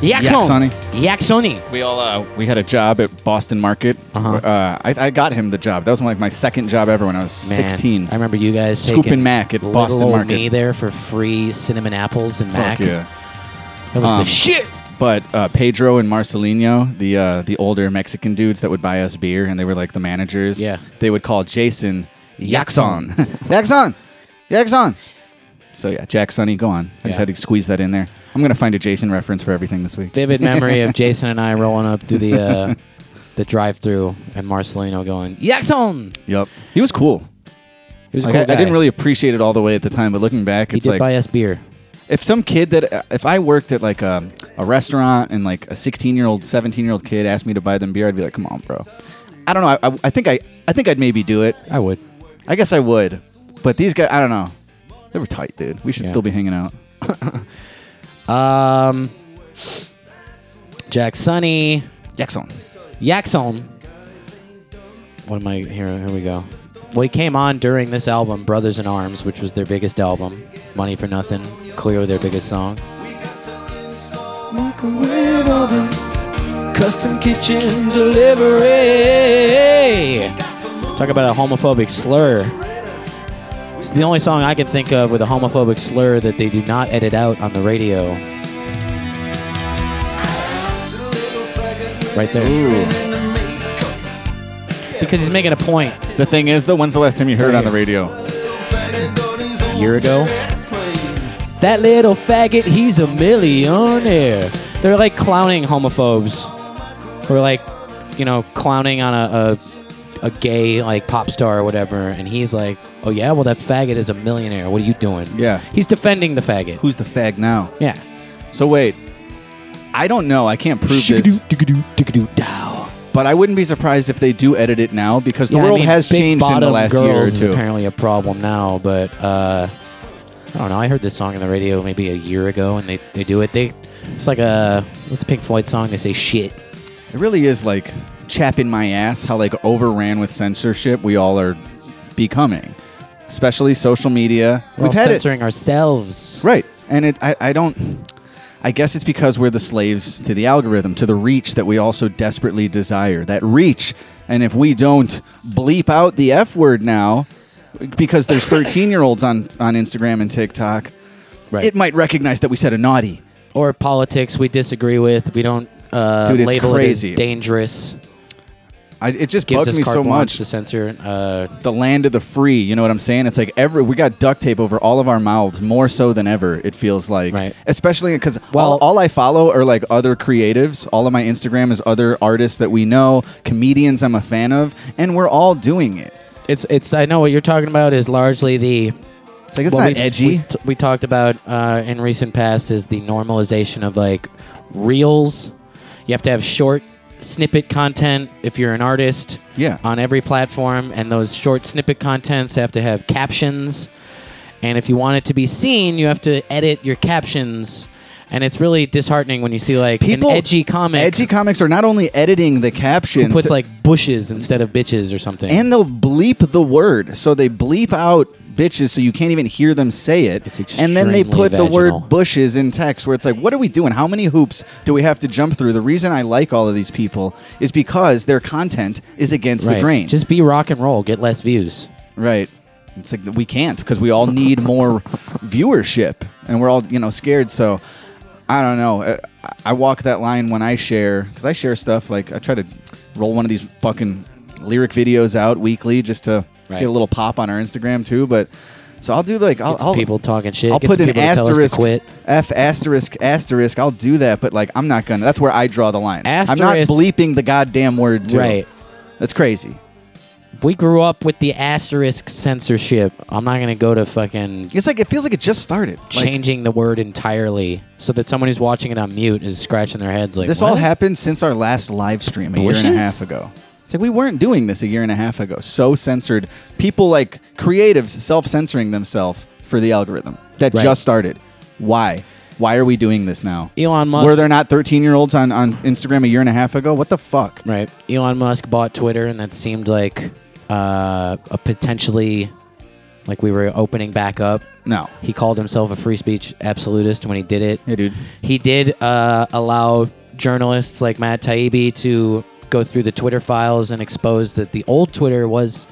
Speaker 6: Yak
Speaker 4: Yak Sonny.
Speaker 6: Sonny. Yak Sonny.
Speaker 4: We all uh, we had a job at Boston Market.
Speaker 6: Uh-huh.
Speaker 4: Uh, I, I got him the job. That was like my second job ever when I was
Speaker 6: Man,
Speaker 4: 16.
Speaker 6: I remember you guys
Speaker 4: Scoop
Speaker 6: taking
Speaker 4: and Mac at
Speaker 6: little
Speaker 4: Boston
Speaker 6: old
Speaker 4: Market.
Speaker 6: me there for free cinnamon apples and mac.
Speaker 4: Fuck yeah.
Speaker 6: That was
Speaker 4: Um,
Speaker 6: the shit.
Speaker 4: But uh, Pedro and Marcelino, the uh, the older Mexican dudes that would buy us beer, and they were like the managers.
Speaker 6: Yeah.
Speaker 4: they would call Jason Yaxon, Yaxon, Yaxon. So yeah, Jack Sonny, go on. I just
Speaker 6: Yeah.
Speaker 4: had to squeeze that in there. I'm gonna find a Jason reference for everything this week.
Speaker 6: Vivid memory of Jason and I rolling up through the uh, the drive-through and Marcelino going Yak Sonny.
Speaker 4: Yep, he was cool.
Speaker 6: He was a
Speaker 4: Like,
Speaker 6: cool
Speaker 4: I, I didn't
Speaker 6: guy.
Speaker 4: really appreciate it all the way at the time, but looking back,
Speaker 6: He
Speaker 4: it's
Speaker 6: did
Speaker 4: like
Speaker 6: buy us beer.
Speaker 4: if some kid that uh, if I worked at like a, a restaurant and like a 16 year old, 17 year old kid asked me to buy them beer, I'd be like, come on, bro. I don't know. I, I, I think I I think I'd maybe do it.
Speaker 6: I would.
Speaker 4: I guess I would. But these guys, I don't know. They were tight, dude. We should
Speaker 6: Yeah.
Speaker 4: still be hanging out.
Speaker 6: Um, Jack Sonny.
Speaker 4: Yaxon.
Speaker 6: Yaxon. What am I here? Here we go. Well, he came on during this album, Brothers in Arms, which was their biggest album. Money for Nothing, clearly their biggest song.
Speaker 1: Microwave ovens, custom kitchen delivery.
Speaker 6: Talk about a homophobic slur. It's the only song I can think of with a homophobic slur that they do not edit out on the radio. Right there. Because he's making a point.
Speaker 4: The thing is, though, when's the last time you heard it on the radio?
Speaker 6: A year ago. That little faggot, he's a millionaire. They're like clowning homophobes. Or like, you know, clowning on a, a a gay like pop star or whatever, and he's like, Oh yeah, well that faggot is a millionaire. What are you doing?
Speaker 4: Yeah.
Speaker 6: He's defending the faggot.
Speaker 4: Who's the fag now?
Speaker 6: Yeah.
Speaker 4: So wait. I don't know. I can't prove this,
Speaker 6: Tickadoo, tickadoo, dow.
Speaker 4: but I wouldn't be surprised if they do edit it now because the
Speaker 6: Yeah, I
Speaker 4: world
Speaker 6: mean,
Speaker 4: has
Speaker 6: big
Speaker 4: changed in the
Speaker 6: bottom
Speaker 4: last
Speaker 6: girls
Speaker 4: year or
Speaker 6: Is
Speaker 4: two.
Speaker 6: apparently a problem now, but uh, I don't know. I heard this song on the radio maybe a year ago, and they, they do it. They it's like a what's a Pink Floyd song? They say shit.
Speaker 4: It really is like chapping my ass how like overran with censorship we all are becoming, especially social media.
Speaker 6: We're
Speaker 4: We've
Speaker 6: all
Speaker 4: had it
Speaker 6: censoring ourselves.
Speaker 4: Right. And it I, I don't I guess it's because we're the slaves to the algorithm, to the reach that we also desperately desire. That reach. And if we don't bleep out the F word now because there's 13-year-olds on on Instagram and TikTok,
Speaker 6: Right.
Speaker 4: it might recognize that we said a naughty.
Speaker 6: Or politics we disagree with. We don't uh,
Speaker 4: Dude, it's
Speaker 6: label it
Speaker 4: crazy.
Speaker 6: as dangerous.
Speaker 4: I, it just
Speaker 6: Gives
Speaker 4: bugs
Speaker 6: us
Speaker 4: me
Speaker 6: carte
Speaker 4: so
Speaker 6: blanche
Speaker 4: much.
Speaker 6: to censor. Uh,
Speaker 4: the land of the free. You know what I'm saying? It's like every we got duct tape over all of our mouths more so than ever. It feels like,
Speaker 6: Right.
Speaker 4: especially because
Speaker 6: Well-
Speaker 4: all, all I follow are like other creatives. All of my Instagram is other artists that we know, comedians I'm a fan of, and we're all doing it.
Speaker 6: it's it's. I know what you're talking about is largely the
Speaker 4: It's like it's
Speaker 6: Well,
Speaker 4: not
Speaker 6: we've-
Speaker 4: edgy.
Speaker 6: We, t- we talked about uh, in recent past is the normalization of like reels. You have to have short snippet content if you're an artist.
Speaker 4: Yeah.
Speaker 6: On every platform, and those short snippet contents have to have captions. And if you want it to be seen, you have to edit your captions. And it's really disheartening when you see like
Speaker 4: People
Speaker 6: an edgy comic
Speaker 4: Edgy comics are not only editing the captions,
Speaker 6: who puts
Speaker 4: to-
Speaker 6: like bushes instead of bitches or something.
Speaker 4: and they'll bleep the word, so they bleep out bitches, so you can't even hear them say it.
Speaker 6: It's
Speaker 4: and then they
Speaker 6: extremely
Speaker 4: put the
Speaker 6: vaginal.
Speaker 4: word bushes in text, where it's like, what are we doing? How many hoops do we have to jump through? The reason I like all of these people is because their content is against
Speaker 6: right.
Speaker 4: the grain.
Speaker 6: Just be rock and roll, get less views.
Speaker 4: right. It's like we can't because we all need more viewership, and we're all you know scared. So I don't know. I, I walk that line when I share because I share stuff like I try to roll one of these fucking lyric videos out weekly just to
Speaker 6: Right.
Speaker 4: get a little pop on our Instagram too. But so I'll do like I'll,
Speaker 6: Get some
Speaker 4: I'll-
Speaker 6: people talking shit.
Speaker 4: I'll
Speaker 6: get
Speaker 4: put
Speaker 6: some
Speaker 4: an
Speaker 6: people to tell us to
Speaker 4: asterisk
Speaker 6: quit.
Speaker 4: F asterisk asterisk. I'll do that, but like I'm not gonna. That's where I draw the line. I'm not
Speaker 6: Asterisk-
Speaker 4: bleeping the goddamn word. Too.
Speaker 6: Right.
Speaker 4: That's crazy.
Speaker 6: we grew up with the asterisk censorship. I'm not gonna go to fucking
Speaker 4: It's like it feels like it just started. Like,
Speaker 6: changing the word entirely so that someone who's watching it on mute is scratching their heads like
Speaker 4: This all
Speaker 6: "What?"
Speaker 4: happened since our last live stream a year and
Speaker 6: Bushes?
Speaker 4: a half ago. It's like we weren't doing this a year and a half ago. So censored. People like creatives self censoring themselves for the algorithm that
Speaker 6: Right.
Speaker 4: just started. Why? Why are we doing this now?
Speaker 6: Elon Musk-
Speaker 4: Were there not 13 year olds on, on Instagram a year and a half ago? What the fuck?
Speaker 6: Right. Elon Musk bought Twitter, and that seemed like uh, a potentially like we were opening back up.
Speaker 4: No.
Speaker 6: He called himself a free speech absolutist when he did it.
Speaker 4: Yeah, dude.
Speaker 6: He did uh, allow journalists like Matt Taibbi to go through the Twitter files and expose that the old Twitter was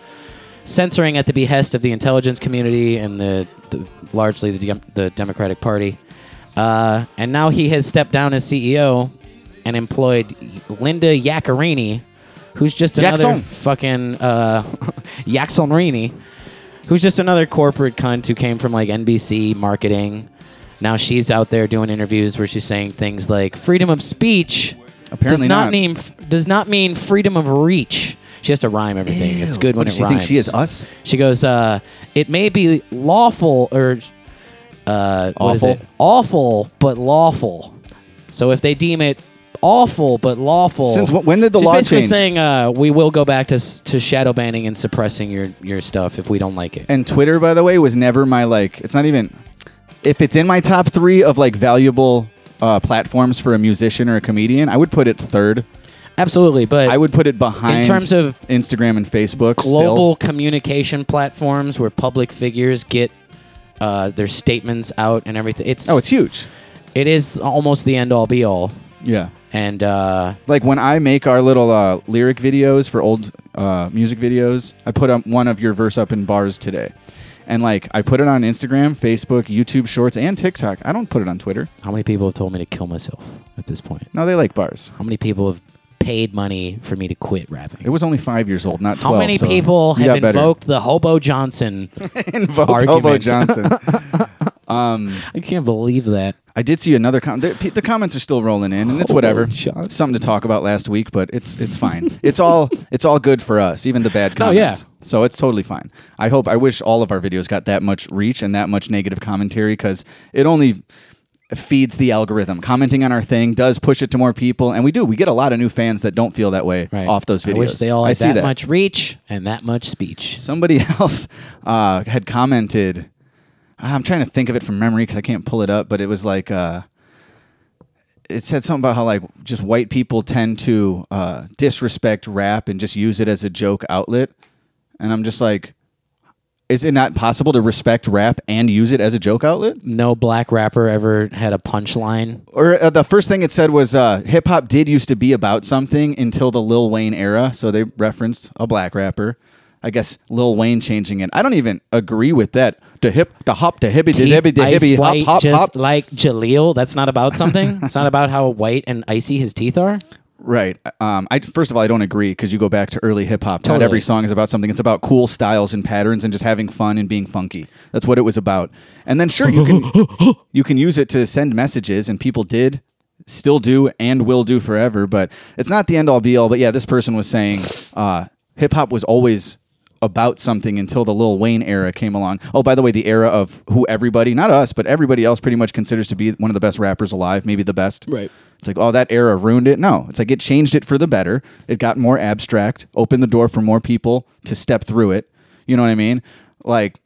Speaker 6: censoring at the behest of the intelligence community and the, the largely the, Dem- the Democratic Party. Uh, and now he has stepped down as CEO and employed Linda Yaccarini, who's just another
Speaker 4: Yaxon.
Speaker 6: fucking uh, Yaxonrini, who's just another corporate cunt who came from like NBC marketing. Now she's out there doing interviews where she's saying things like freedom of speech does
Speaker 4: Apparently
Speaker 6: not,
Speaker 4: not.
Speaker 6: mean does not mean freedom of reach. She has to rhyme everything. It's good when
Speaker 4: What,
Speaker 6: it
Speaker 4: she
Speaker 6: rhymes.
Speaker 4: thinks she is us?
Speaker 6: She goes, uh, it may be lawful or uh, what is
Speaker 4: Awful?
Speaker 6: it? Awful, but lawful. So if they deem it awful but lawful,
Speaker 4: Since wh- when did the
Speaker 6: she's
Speaker 4: law
Speaker 6: basically
Speaker 4: change?
Speaker 6: Saying uh, we will go back to s- to shadow banning and suppressing your your stuff if we don't like it.
Speaker 4: And Twitter, by the way, was never my like. It's not even. If it's in my top three of like valuable uh, platforms for a musician or a comedian, I would put it third.
Speaker 6: Absolutely, but
Speaker 4: I would put it behind
Speaker 6: In terms of
Speaker 4: Instagram and Facebook. still.
Speaker 6: global communication platforms where public figures get uh, their statements out and everything. It's
Speaker 4: Oh, it's huge.
Speaker 6: it is almost the end all be all.
Speaker 4: Yeah.
Speaker 6: And uh,
Speaker 4: Like when I make our little uh, lyric videos for old uh, music videos, I put up one of your verse up in bars today. And like I put it on Instagram, Facebook, YouTube Shorts, and TikTok. I don't put it on Twitter.
Speaker 6: how many people have told me to kill myself at this point?
Speaker 4: No, they like bars.
Speaker 6: How many people have paid money for me to quit rapping?
Speaker 4: It was only five years old, not
Speaker 6: how
Speaker 4: 12.
Speaker 6: many
Speaker 4: so
Speaker 6: people
Speaker 4: you
Speaker 6: have
Speaker 4: got better.
Speaker 6: invoked the Hobo Johnson?
Speaker 4: Invoked
Speaker 6: argument?
Speaker 4: Hobo Johnson?
Speaker 6: I can't believe that.
Speaker 4: I did see another comment. The, the comments are still rolling in, and it's
Speaker 6: Hobo
Speaker 4: whatever.
Speaker 6: Johnson.
Speaker 4: Something to talk about last week, but it's it's fine. it's all it's all good for us, even the bad
Speaker 6: No,
Speaker 4: comments.
Speaker 6: yeah.
Speaker 4: So it's totally fine. I hope. I wish all of our videos got that much reach and that much negative commentary because it only feeds the algorithm. Commenting on our thing does push it to more people, and we do. We get a lot of new fans that don't feel that way off those videos.
Speaker 6: I wish they all had
Speaker 4: see
Speaker 6: that,
Speaker 4: that
Speaker 6: much reach and that much speech.
Speaker 4: somebody else uh, had commented. ah, I'm trying to think of it from memory because I can't pull it up, but it was like uh, it said something about how like just white people tend to uh, disrespect rap and just use it as a joke outlet, and I'm just like, is it not possible to respect rap and use it as a joke outlet?
Speaker 6: No black rapper ever had a punchline.
Speaker 4: Or uh, the first thing it said was uh, hip hop did used to be about something until the Lil Wayne era, so they referenced a black rapper. I guess Lil Wayne changing it. I don't even agree with that. To hip, to hop, to hippie, to
Speaker 6: Teeth
Speaker 4: hippie, to
Speaker 6: ice
Speaker 4: hippie, hop,
Speaker 6: white,
Speaker 4: hop,
Speaker 6: just
Speaker 4: hop.
Speaker 6: like Jaleel. That's not about something. it's not about how white and icy his teeth are.
Speaker 4: Right. Um, I first of all, I don't agree because you go back to early hip hop. Not
Speaker 6: Totally.
Speaker 4: every song is about something. It's about cool styles and patterns and just having fun and being funky. That's what it was about. And then sure, you can you can use it to send messages, and people did, still do, and will do forever. But it's not the end all be all. But yeah, this person was saying uh, hip hop was always about something until the Lil Wayne era came along. Oh, by the way, the era of who everybody, not us, but everybody else pretty much considers to be one of the best rappers alive, maybe the best. Right. It's like, oh, that era ruined it. No, it's like it changed it for the better. It got more abstract, opened the door for more people to step through it. You know what I mean? Like,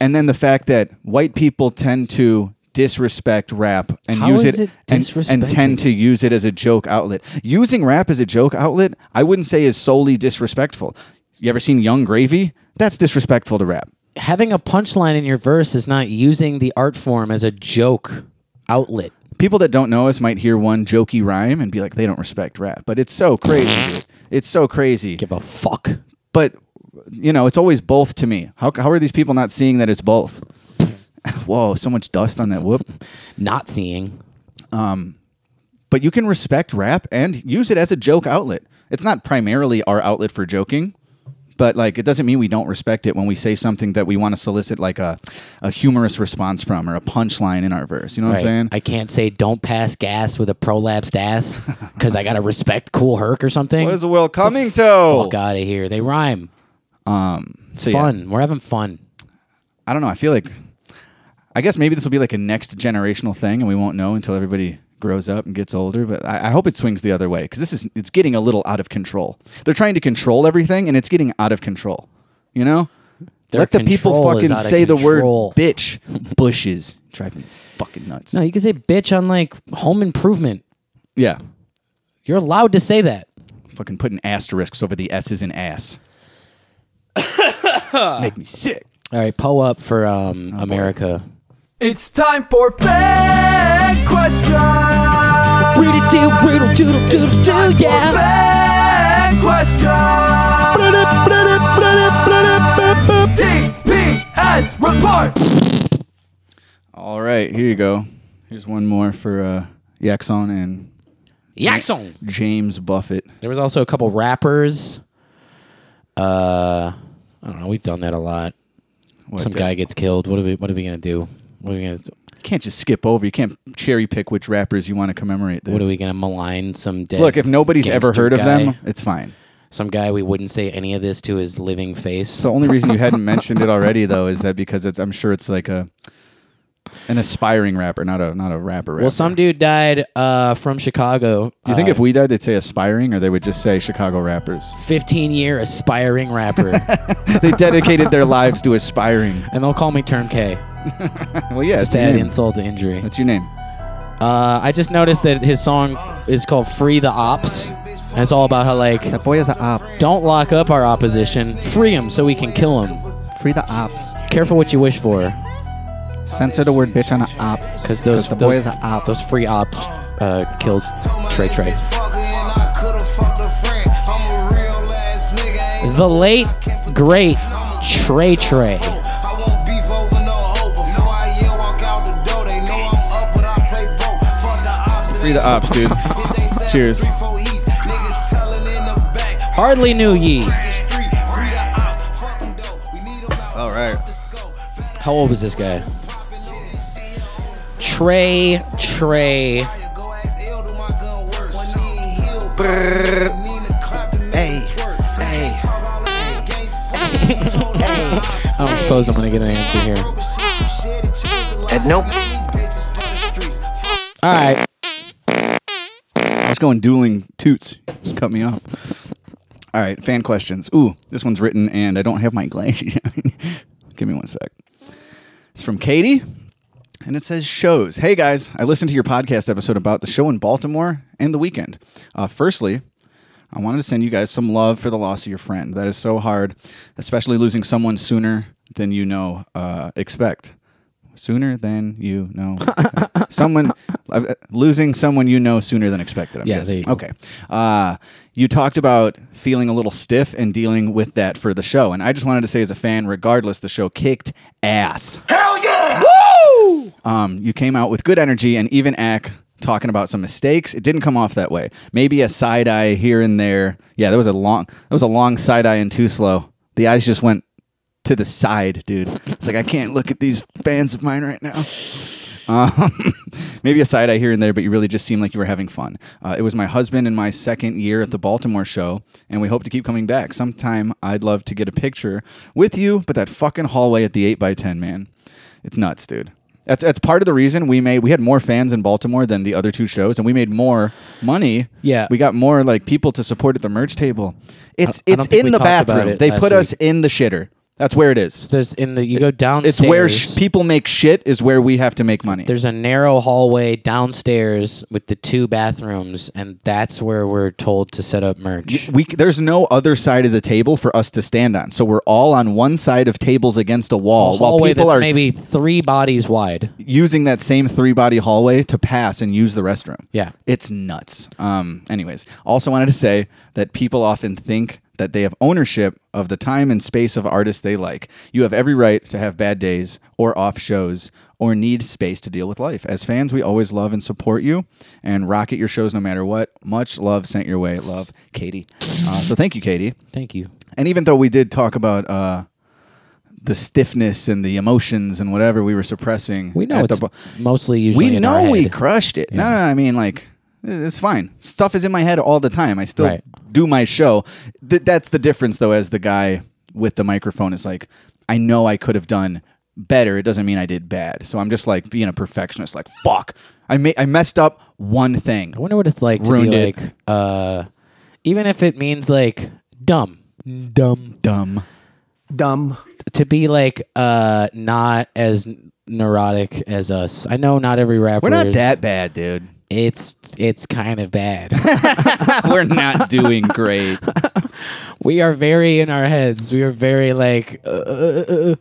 Speaker 4: and then the fact that white people tend to disrespect rap and
Speaker 6: How
Speaker 4: use
Speaker 6: is
Speaker 4: it,
Speaker 6: it
Speaker 4: and, and
Speaker 6: disrespected?
Speaker 4: tend to use it as a joke outlet. Using rap as a joke outlet, I wouldn't say is solely disrespectful. You ever seen Young Gravy? That's disrespectful to rap.
Speaker 6: Having a punchline in your verse is not using the art form as a joke outlet.
Speaker 4: People that don't know us might hear one jokey rhyme and be like, they don't respect rap. But it's so crazy. dude. it's so crazy.
Speaker 6: Give a fuck.
Speaker 4: but you know, it's always both to me. How, how are these people not seeing that it's both? Whoa, so much dust on that whoop.
Speaker 6: Not seeing.
Speaker 4: But you can respect rap and use it as a joke outlet. It's not primarily our outlet for joking, but like it doesn't mean we don't respect it when we say something that we want to solicit like a, a humorous response from or a punchline in our verse. You know what I'm saying?
Speaker 6: I can't say don't pass gas with a prolapsed ass because I gotta respect Cool Herc or something.
Speaker 4: world coming to?
Speaker 6: fuck out of here. They rhyme.
Speaker 4: Oh. Um, so yeah.
Speaker 6: Fun. We're having fun.
Speaker 4: I don't know. I feel like, I guess maybe this will be like a next generational thing, and we won't know until everybody grows up and gets older. But I, I hope it swings the other way because this is it's getting a little out of control. They're trying to control everything, and it's getting out of control. You know,
Speaker 6: Their
Speaker 4: let the people
Speaker 6: control is
Speaker 4: fucking
Speaker 6: out of
Speaker 4: say the word
Speaker 6: control.
Speaker 4: bitch. Bushes drive me fucking nuts.
Speaker 6: No, you can say bitch on like home improvement.
Speaker 4: Yeah,
Speaker 6: You're allowed to say that.
Speaker 4: fucking putting asterisks over the s's in ass. Make me sick.
Speaker 6: All right, Poe up for
Speaker 4: Oh,
Speaker 6: um, America.
Speaker 10: It's time for Bad Question!
Speaker 3: Riddle do, riddle doodle doodle do, yeah.
Speaker 10: Bad Question! TPS Report!
Speaker 4: All right, here you go. Here's one more for uh, Yaxon and
Speaker 6: Yaxon.
Speaker 4: James Buffett.
Speaker 6: There was also a couple rappers. Uh, I don't know. We've done that a lot.
Speaker 4: What,
Speaker 6: Some
Speaker 4: uh,
Speaker 6: guy gets killed. What are we? What are we gonna do? What are we gonna?
Speaker 4: can't just skip over. You can't cherry pick which rappers you want to commemorate. dude.
Speaker 6: What are we gonna malign some dead?
Speaker 4: Look, if nobody's ever
Speaker 6: gangster
Speaker 4: heard of
Speaker 6: guy?
Speaker 4: them, it's fine.
Speaker 6: some guy we wouldn't say any of this to his living face.
Speaker 4: The only reason you hadn't mentioned it already, though, is that because it's I'm sure it's like a an aspiring rapper, not a not a rapper. rapper. Uh,
Speaker 6: Well, some dude died uh, from Chicago.
Speaker 4: Do you think if we died, they'd say aspiring, or they would just say Chicago rappers?
Speaker 6: 15 year aspiring rapper,
Speaker 4: they dedicated their lives to aspiring.
Speaker 6: and they'll call me Term K.
Speaker 4: Well, yeah,
Speaker 6: Just
Speaker 4: it's
Speaker 6: to
Speaker 4: your
Speaker 6: add
Speaker 4: name.
Speaker 6: insult to injury.
Speaker 4: That's your name.
Speaker 6: Uh, I just noticed that his song is called "Free the Ops," and it's all about how like
Speaker 4: That boy is a op.
Speaker 6: don't lock up our opposition, free him so we can kill him.
Speaker 4: Free the ops.
Speaker 6: Careful what you wish for,
Speaker 4: Censor the word bitch on a op.
Speaker 6: because those
Speaker 4: 'Cause the
Speaker 6: those,
Speaker 4: boys are ops.
Speaker 6: those free ops uh, killed Trey Trey. The late great Trey Trey.
Speaker 4: Free the ops, dude. Cheers.
Speaker 6: Hardly knew ye.
Speaker 4: All right.
Speaker 6: How old was this guy? Trey Trey.
Speaker 7: Hey, hey.
Speaker 6: I don't suppose I'm gonna get an answer here. All
Speaker 7: And nope.
Speaker 6: right.
Speaker 4: I was going dueling toots. You cut me off. All right, fan questions. Ooh, this one's written, and I don't have my glasses. Give me one sec. It's from Katie, and it says shows. Hey guys, I listened to your podcast episode about the show in Baltimore and the weekend. Uh, firstly, I wanted to send you guys some love for the loss of your friend. That is so hard, especially losing someone sooner than you know uh, expect. Sooner than you know, someone uh, losing someone you know sooner than expected. I'm
Speaker 6: Yeah,
Speaker 4: guessing.
Speaker 6: there you go.
Speaker 4: okay. Uh, you talked about feeling a little stiff and dealing with that for the show, and I just wanted to say, as a fan, regardless, the show kicked ass. Um, you came out with good energy and even act talking about some mistakes. It didn't come off that way. Maybe a side eye here and there. Yeah, there was a long that was a long side eye and too slow. The eyes just went to the side, dude. It's like I can't look at these fans of mine right now. Um, maybe a side eye here and there, but you really just seemed like you were having fun. Uh, it was my husband and my second year at the Baltimore show, and we hope to keep coming back. Sometime I'd love to get a picture with you, but that fucking hallway at the 8x10, man. It's nuts, dude. That's, that's part of the reason we made we had more fans in Baltimore than the other two shows, and we made more money.
Speaker 6: Yeah.
Speaker 4: we got more like people to support at the merch table. It's
Speaker 6: I don't
Speaker 4: it's
Speaker 6: think we
Speaker 4: in the
Speaker 6: talked about
Speaker 4: bathroom.
Speaker 6: it
Speaker 4: They
Speaker 6: last
Speaker 4: put
Speaker 6: week.
Speaker 4: us in the shitter. That's where it is.
Speaker 6: There's in the you go downstairs.
Speaker 4: It's where sh- people make shit. Is where we have to make money.
Speaker 6: There's a narrow hallway downstairs with the two bathrooms, and that's where we're told to set up merch.
Speaker 4: we c- there's no other side of the table for us to stand on. So we're all on one side of tables against a wall
Speaker 6: A
Speaker 4: while
Speaker 6: hallway
Speaker 4: people
Speaker 6: that's
Speaker 4: are
Speaker 6: maybe three bodies wide.
Speaker 4: using that same three body hallway to pass and use the restroom.
Speaker 6: Yeah.
Speaker 4: It's nuts. Um anyways, also wanted to say that people often think that they have ownership of the time and space of artists they like. You have every right to have bad days or off shows or need space to deal with life. As fans, we always love and support you and rocket your shows no matter what. Much love sent your way. Love, Katie. Uh, so thank you, Katie.
Speaker 6: Thank you.
Speaker 4: And even though we did talk about uh, the stiffness and the emotions and whatever we were suppressing,
Speaker 6: We know
Speaker 4: at the
Speaker 6: it's
Speaker 4: bu-
Speaker 6: mostly usually.
Speaker 4: we
Speaker 6: in our
Speaker 4: know we
Speaker 6: head.
Speaker 4: crushed it. No, no, no, I mean like i- it's fine. Stuff is in my head all the time. I still
Speaker 6: Right.
Speaker 4: do my show. Th- that's the difference though, as the guy with the microphone is like, I know I could have done better. It doesn't mean I did bad. So I'm just like being a perfectionist. Like fuck, I ma- I messed up one thing.
Speaker 6: I wonder what it's like to
Speaker 4: Ruined
Speaker 6: be
Speaker 4: it.
Speaker 6: like, uh, even if it means like dumb, dumb,
Speaker 4: Dumb.
Speaker 11: Dumb.
Speaker 6: to be like uh not as neurotic as us. I know not every rapper.
Speaker 4: We're not
Speaker 6: is-
Speaker 4: that bad, dude.
Speaker 6: It's it's kind of bad.
Speaker 4: We're not doing great.
Speaker 6: we are very in our heads. We are very like uh, uh, uh, uh.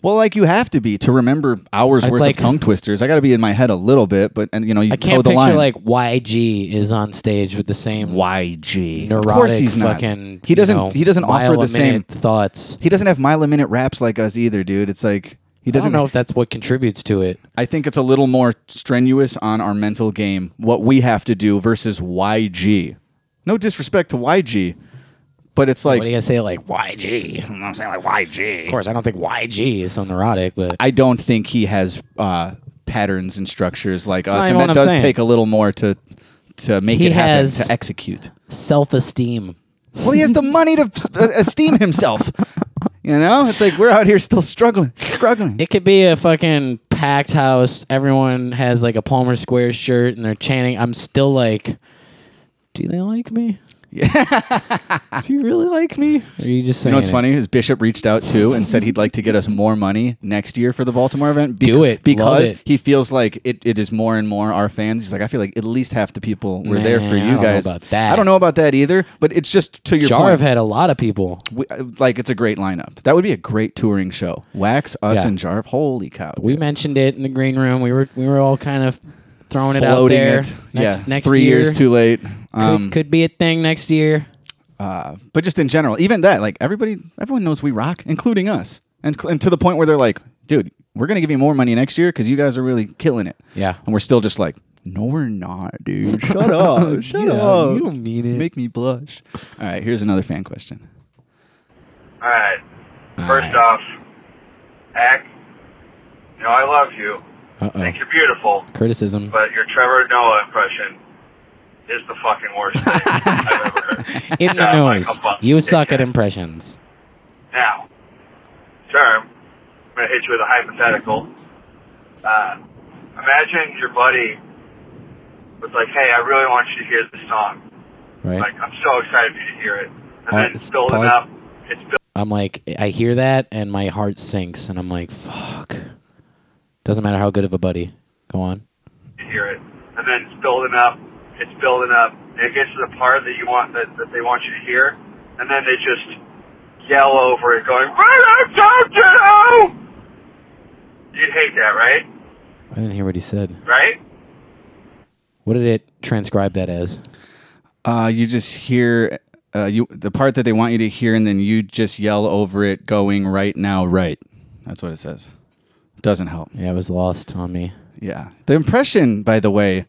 Speaker 4: Well, like you have to be to remember hours
Speaker 6: I'd
Speaker 4: worth
Speaker 6: like-
Speaker 4: of tongue twisters. I got to be in my head a little bit, but and you know you
Speaker 6: I can't
Speaker 4: toe the
Speaker 6: picture
Speaker 4: line.
Speaker 6: like YG is on stage with the same
Speaker 4: YG.
Speaker 6: neurotic
Speaker 4: of course he's not.
Speaker 6: fucking.
Speaker 4: he doesn't.
Speaker 6: you know,
Speaker 4: he doesn't offer
Speaker 6: mile a
Speaker 4: the same.
Speaker 6: minute thoughts.
Speaker 4: He doesn't have mile a minute raps like us either, dude. It's like he
Speaker 6: I don't
Speaker 4: doesn't
Speaker 6: know if that's what contributes to it.
Speaker 4: I think it's a little more strenuous on our mental game, what we have to do versus YG. No disrespect to YG, but it's
Speaker 6: what do you
Speaker 4: like,
Speaker 6: gonna say? Like YG. I'm saying like YG. Of course, I don't think YG is so neurotic, but
Speaker 4: I don't think he has uh, patterns and structures like
Speaker 6: not
Speaker 4: us.
Speaker 6: even
Speaker 4: And
Speaker 6: what
Speaker 4: that
Speaker 6: I'm
Speaker 4: does
Speaker 6: saying.
Speaker 4: take a little more to to make
Speaker 6: He
Speaker 4: it happen,
Speaker 6: has-
Speaker 4: to execute.
Speaker 6: self-esteem.
Speaker 4: Well, he has the money to s- uh, esteem himself. You know, it's like we're out here still struggling, struggling.
Speaker 6: It could be a fucking packed house. Everyone has like a Palmer Square shirt, and they're chanting. I'm still like, do they like me? Yeah. do you really like me? Or are you just
Speaker 4: You
Speaker 6: saying?
Speaker 4: know what's
Speaker 6: it?
Speaker 4: funny? His bishop reached out too and said he'd like to get us more money next year for the Baltimore event. Bec-
Speaker 6: Do it.
Speaker 4: because
Speaker 6: Love it.
Speaker 4: he feels like it, it is more and more our fans. He's like, I feel like at least half the people were there for
Speaker 6: Man, I
Speaker 4: you
Speaker 6: don't know
Speaker 4: guys.
Speaker 6: about that.
Speaker 4: I don't know about that either, but it's just to your
Speaker 6: Jarve
Speaker 4: point.
Speaker 6: had a lot of people.
Speaker 4: we, uh, like it's a great lineup. That would be a great touring show. Wax, us,
Speaker 6: Yeah.
Speaker 4: and Jarve. Holy cow!
Speaker 6: We mentioned it in the green room. We were we were all kind of throwing it out
Speaker 4: Floating
Speaker 6: there.
Speaker 4: it.
Speaker 6: Next,
Speaker 4: yeah,
Speaker 6: next
Speaker 4: three
Speaker 6: year,
Speaker 4: years too late.
Speaker 6: could,
Speaker 4: Um,
Speaker 6: could be a thing next year.
Speaker 4: but just in general, even that, like everybody, everyone knows we rock, including us, and and to the point where they're like, dude, we're gonna give you more money next year because you guys are really killing it.
Speaker 6: Yeah.
Speaker 4: and we're still just like, no, we're not, dude. Shut up, shut up. You don't
Speaker 6: mean
Speaker 4: make me blush. All right, here's another fan question.
Speaker 2: Alright. First off, Ack, you know I love you.
Speaker 6: Uh
Speaker 2: I
Speaker 6: oh.
Speaker 2: think you're beautiful,
Speaker 6: Criticism.
Speaker 2: but your Trevor Noah impression is the fucking worst thing I've ever heard.
Speaker 6: In the
Speaker 2: Yeah, like
Speaker 6: nose.
Speaker 2: a fucking
Speaker 6: You suck at
Speaker 2: dickhead.
Speaker 6: impressions.
Speaker 2: Now, term, I'm going to hit you with a hypothetical. Uh, imagine your buddy was like, hey, I really want you to hear this song.
Speaker 6: Right.
Speaker 2: Like, I'm so excited for you to hear it. And
Speaker 6: Uh,
Speaker 2: then
Speaker 6: it's
Speaker 2: it's building
Speaker 6: pause.
Speaker 2: up. It's building
Speaker 6: I'm like, I hear that, and my heart sinks, and I'm like, fuck. Doesn't matter how good of a buddy. Go on.
Speaker 2: to hear it. And then it's building up. It's building up. And it gets to the part that you want that, that they want you to hear. And then they just yell over it going, Right I told you! You'd hate that, right?
Speaker 6: I didn't hear what he said.
Speaker 2: Right?
Speaker 6: What did it transcribe that as?
Speaker 4: Uh, you just hear. Uh, you the part that they want you to hear, and then you just yell over it, going right now, right. That's what it says. Doesn't help.
Speaker 6: Yeah, it was lost on me.
Speaker 4: Yeah. The impression, by the way,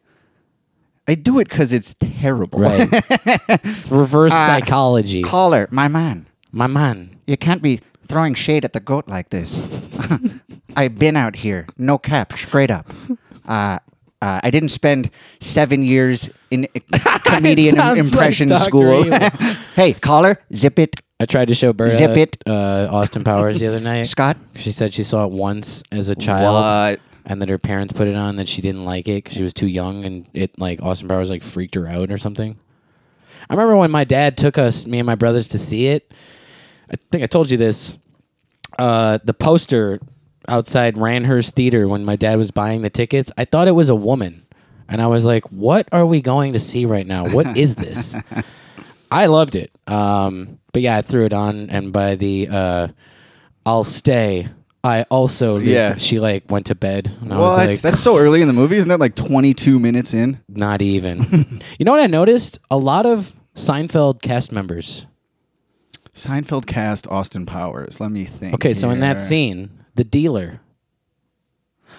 Speaker 4: I do it because it's terrible.
Speaker 6: Right. it's reverse
Speaker 4: Ah.
Speaker 6: psychology.
Speaker 4: Caller, my man,
Speaker 6: my man.
Speaker 4: you can't be throwing shade at the goat like this. I've been out here, no cap, straight up. Uh, uh, I didn't spend seven years in comedian
Speaker 6: sounds like Dr. Evil.
Speaker 4: hey, caller, zip it,
Speaker 6: I tried to show Berta
Speaker 4: Zip it.
Speaker 6: Uh, Austin Powers the other night.
Speaker 4: Scott.
Speaker 6: She said she saw it once as a child, and that her parents put it on, that she didn't like it because she was too young, and it like Austin Powers like freaked her out or something. I remember when my dad took us, me and my brothers, to see it. I think I told you this. Uh, the poster outside Ranhurst Theater when my dad was buying the tickets, I thought it was a woman, and I was like, "What are we going to see right now? What is this?" I loved it. Um, but yeah, I threw it on, and by the uh, "I'll stay," I also
Speaker 4: Yeah.
Speaker 6: She like went to bed, and I
Speaker 4: Well,
Speaker 6: was
Speaker 4: that's,
Speaker 6: like,
Speaker 4: that's so early in the movie, isn't that like 22 minutes in?
Speaker 6: "Not even." you know what I noticed? A lot of Seinfeld cast members.
Speaker 4: Seinfeld cast Austin Powers. Let me think.
Speaker 6: Okay, so in
Speaker 4: here.
Speaker 6: that scene, the dealer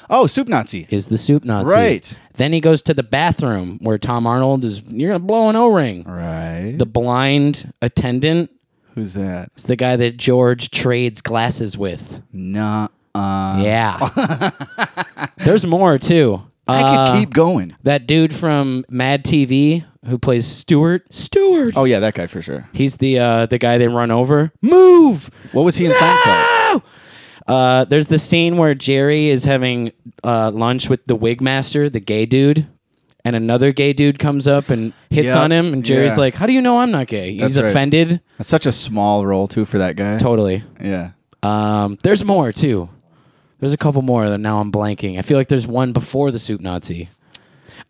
Speaker 4: oh, Soup Nazi.
Speaker 6: is the soup Nazi.
Speaker 4: Right.
Speaker 6: Then he goes to the bathroom where Tom Arnold is. You're gonna blow an O-ring.
Speaker 4: Right.
Speaker 6: The blind attendant
Speaker 4: Who's that?
Speaker 6: is the guy that George trades glasses with.
Speaker 4: Nah. Uh,
Speaker 6: Yeah. There's more too.
Speaker 4: I
Speaker 6: Uh,
Speaker 4: could keep going.
Speaker 6: That dude from Mad TV who plays Stewart. Stewart.
Speaker 4: Oh yeah, that guy for sure.
Speaker 6: He's the uh, the guy they run over. Move.
Speaker 4: What was he in Seinfeld?
Speaker 6: No! Uh, there's the scene where Jerry is having uh, lunch with the wig master, the gay dude, and another gay dude comes up and hits
Speaker 4: Yeah,
Speaker 6: on him, and Jerry's
Speaker 4: yeah.
Speaker 6: like, "How do you know I'm not gay?"
Speaker 4: That's
Speaker 6: He's
Speaker 4: right.
Speaker 6: offended.
Speaker 4: That's such a small role too for that guy.
Speaker 6: Totally.
Speaker 4: Yeah.
Speaker 6: Um, there's more too. There's a couple more that now I'm blanking. I feel like there's one before the soup Nazi.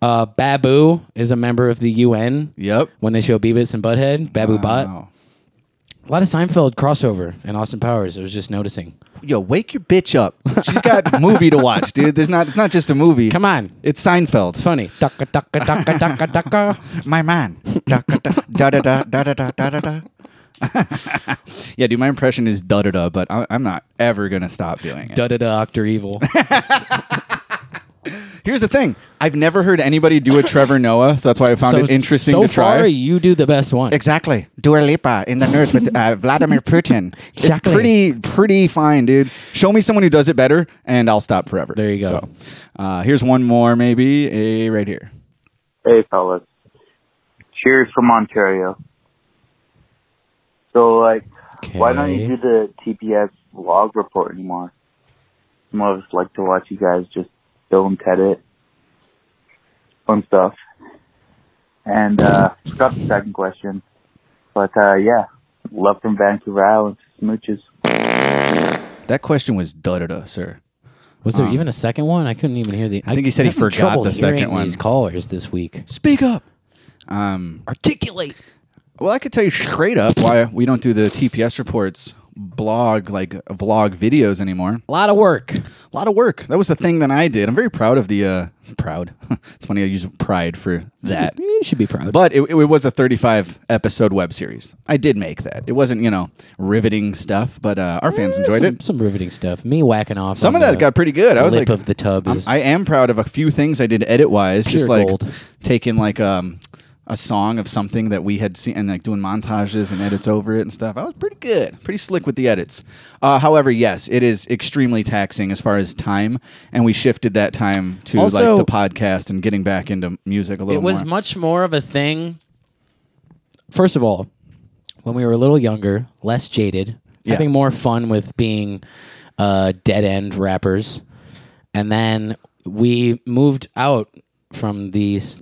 Speaker 6: Uh, Babu is a member of the UN.
Speaker 4: Yep.
Speaker 6: When they show Beavis and Butthead, Babu Bot.
Speaker 4: Wow.
Speaker 6: A lot of Seinfeld crossover and Austin Powers. I was just noticing.
Speaker 4: Yo, wake your bitch up. She's got a movie to watch, dude. There's not. It's not just a movie.
Speaker 6: Come on.
Speaker 4: It's Seinfeld.
Speaker 6: It's funny. Ducka, ducka, ducka, ducka, ducka.
Speaker 4: My man. da da da da da da da da da. Yeah, dude. My impression is da da da, but I, I'm not ever gonna stop doing it.
Speaker 6: Da da da, Dr. Evil.
Speaker 4: Here's the thing. I've never heard anybody do a Trevor Noah, so that's why I found it interesting
Speaker 6: so
Speaker 4: to try.
Speaker 6: far, you do the best one.
Speaker 4: Exactly. Dua Lipa in the news with uh, Vladimir Putin.
Speaker 6: Exactly.
Speaker 4: It's pretty, pretty fine, dude. Show me someone who does it better, and I'll stop forever.
Speaker 6: There you go.
Speaker 4: So, uh, here's one more, maybe a right here.
Speaker 11: Hey, fellas. Cheers from Ontario. So, like, why don't
Speaker 6: Okay.
Speaker 11: you do the TPS log report anymore? Some of us like to watch you guys just film Ted it. Fun stuff. And, uh, forgot the second question. But, uh, yeah. Love from Vancouver Island. Smooches.
Speaker 4: That question was da da da, sir.
Speaker 6: Was there even a second one? I couldn't even hear the. I
Speaker 4: think he said he
Speaker 6: I'm having
Speaker 4: forgot
Speaker 6: trouble
Speaker 4: the second
Speaker 6: hearing
Speaker 4: one.
Speaker 6: These callers this week.
Speaker 4: Speak up.
Speaker 6: Articulate.
Speaker 4: Um, Well, I could tell you straight up why we don't do the TPS reports blog like vlog videos anymore.
Speaker 6: A lot of work.
Speaker 4: A lot of work. That was the thing that I did. I'm very proud of the uh proud. it's funny I use pride for that.
Speaker 6: You should be proud.
Speaker 4: But it, it was a 35 episode web series. I did make that. It wasn't, you know, riveting stuff, but uh, our fans enjoyed
Speaker 6: some,
Speaker 4: it.
Speaker 6: Some riveting stuff. Me whacking off.
Speaker 4: Some
Speaker 6: on
Speaker 4: of that
Speaker 6: the
Speaker 4: got pretty good. I was
Speaker 6: lip
Speaker 4: like,
Speaker 6: of the tub
Speaker 4: I'm-
Speaker 6: is
Speaker 4: I am proud of a few things I did edit wise, just
Speaker 6: Pure
Speaker 4: like
Speaker 6: gold.
Speaker 4: taking like um, a song of something that we had seen and like doing montages and edits over it and stuff. I was pretty good, pretty slick with the edits. Uh, however, yes, it is extremely taxing as far as time, and we shifted that time to
Speaker 6: Also-
Speaker 4: like the podcast and getting back into music a little
Speaker 6: it was
Speaker 4: more.
Speaker 6: much more of a thing. First of all, when we were a little younger, less jaded,
Speaker 4: Yeah.
Speaker 6: having more fun with being uh, dead end rappers, and then we moved out from the s-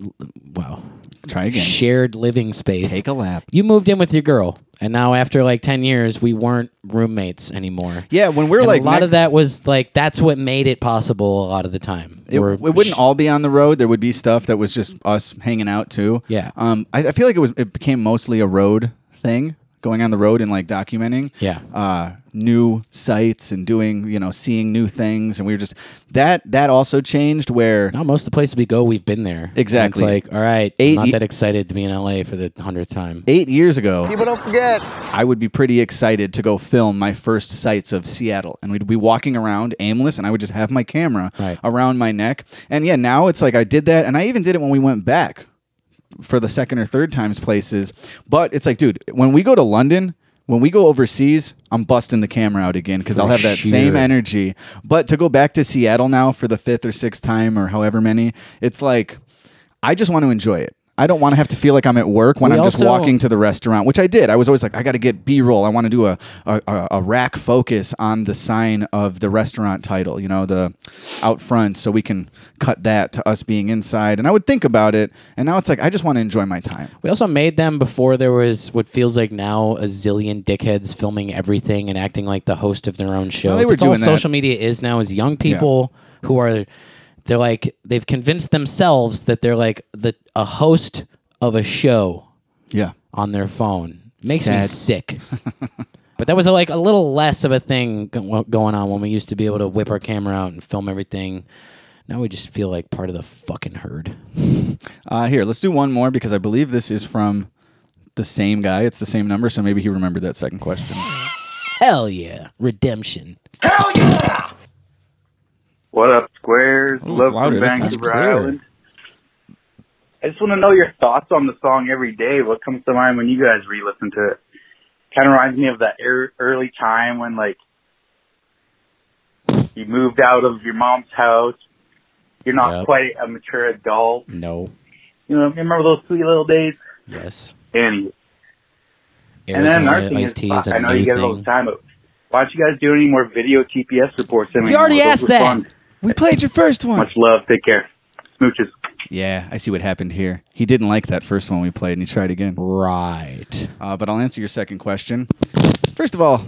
Speaker 6: wow
Speaker 4: Try again.
Speaker 6: shared living space.
Speaker 4: Take a lap.
Speaker 6: You moved in with your girl, and now after like ten years, we weren't roommates anymore.
Speaker 4: Yeah, when we're
Speaker 6: And
Speaker 4: like
Speaker 6: a lot
Speaker 4: neck-
Speaker 6: of that was like that's what made it possible a lot of the time.
Speaker 4: It,
Speaker 6: We're
Speaker 4: it wouldn't all be on the road. There would be stuff that was just us hanging out too.
Speaker 6: Yeah.
Speaker 4: Um, I, I feel like it was it became mostly a road thing, going on the road and like documenting.
Speaker 6: Yeah.
Speaker 4: Uh, new sites and doing you know seeing new things, and we were just that that also changed where
Speaker 6: Now most of the places we go, we've been there. And
Speaker 4: Exactly.
Speaker 6: it's like, all right,
Speaker 4: Eight
Speaker 6: I'm not
Speaker 4: ye-
Speaker 6: that excited to be in LA for the hundredth time.
Speaker 4: eight years ago. People don't forget. I would be pretty excited to go film my first sights of Seattle, and we'd be walking around aimless, and I would just have my camera
Speaker 6: Right.
Speaker 4: around my neck. And yeah, now it's like I did that, and I even did it when we went back for the second or third times places. But it's like, dude, when we go to London. When we go overseas, I'm busting the camera out again because I'll have that same
Speaker 6: sure.
Speaker 4: energy. But to go back to Seattle now for the fifth or sixth time or however many, it's like I just want to enjoy it. I don't want to have to feel like I'm at work when
Speaker 6: We
Speaker 4: I'm just
Speaker 6: also-
Speaker 4: walking to the restaurant, which I did. I was always like, I got to get B roll. I want to do a, a, a, a rack focus on the sign of the restaurant title, you know, the out front, so we can cut that to us being inside. And I would think about it. And now it's like, I just want to enjoy my time.
Speaker 6: We also made them before there was what feels like now a zillion dickheads filming everything and acting like the host of their own show.
Speaker 4: Well, they were
Speaker 6: That's all
Speaker 4: doing that.
Speaker 6: social media is now is young people who are they're like they've convinced themselves that they're like the a host of a show
Speaker 4: Yeah.
Speaker 6: on their phone. Makes me
Speaker 4: Sad.
Speaker 6: sick. but that was like a little less of a thing go- going on when we used to be able to whip our camera out and film everything. Now we just feel like part of the fucking herd.
Speaker 4: Uh, here, let's do one more because I believe this is from the same guy. It's the same number. So maybe he remembered that second question.
Speaker 6: Hell yeah, redemption.
Speaker 11: What up, squares?
Speaker 4: Ooh, Oh, it's
Speaker 11: Love
Speaker 4: louder
Speaker 11: from
Speaker 4: this time.
Speaker 11: Vancouver
Speaker 6: That's clearer.
Speaker 11: Island. I just want to know your thoughts on the song every day. What comes to mind when you guys re-listen to it? Kind of reminds me of that er- early time when like you moved out of your mom's house, You're not
Speaker 6: Yep.
Speaker 11: quite a mature adult.
Speaker 6: No.
Speaker 11: You know, remember those sweet little days?
Speaker 6: Yes.
Speaker 11: And and then
Speaker 6: Arizona
Speaker 11: another thing is,
Speaker 6: iced tea is
Speaker 11: fuck, I
Speaker 6: a
Speaker 11: know
Speaker 6: new
Speaker 11: you get it all the
Speaker 6: thing.
Speaker 11: time, but why don't you guys do any more video TPS reports?
Speaker 4: We already asked that. We played your first one.
Speaker 11: Much love. Take care. Smooches.
Speaker 4: Yeah, I see what happened here. He didn't like that first one we played, and he tried again.
Speaker 6: Right.
Speaker 4: Uh, but I'll answer your second question. First of all,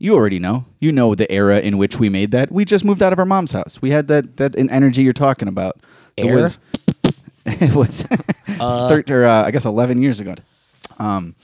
Speaker 4: you already know. You know the era in which we made that. We just moved out of our mom's house. We had that that en- energy you're talking about. It
Speaker 6: Era?
Speaker 4: was. it was.
Speaker 6: Uh.
Speaker 4: thir- or, uh, I guess eleven years ago. Um.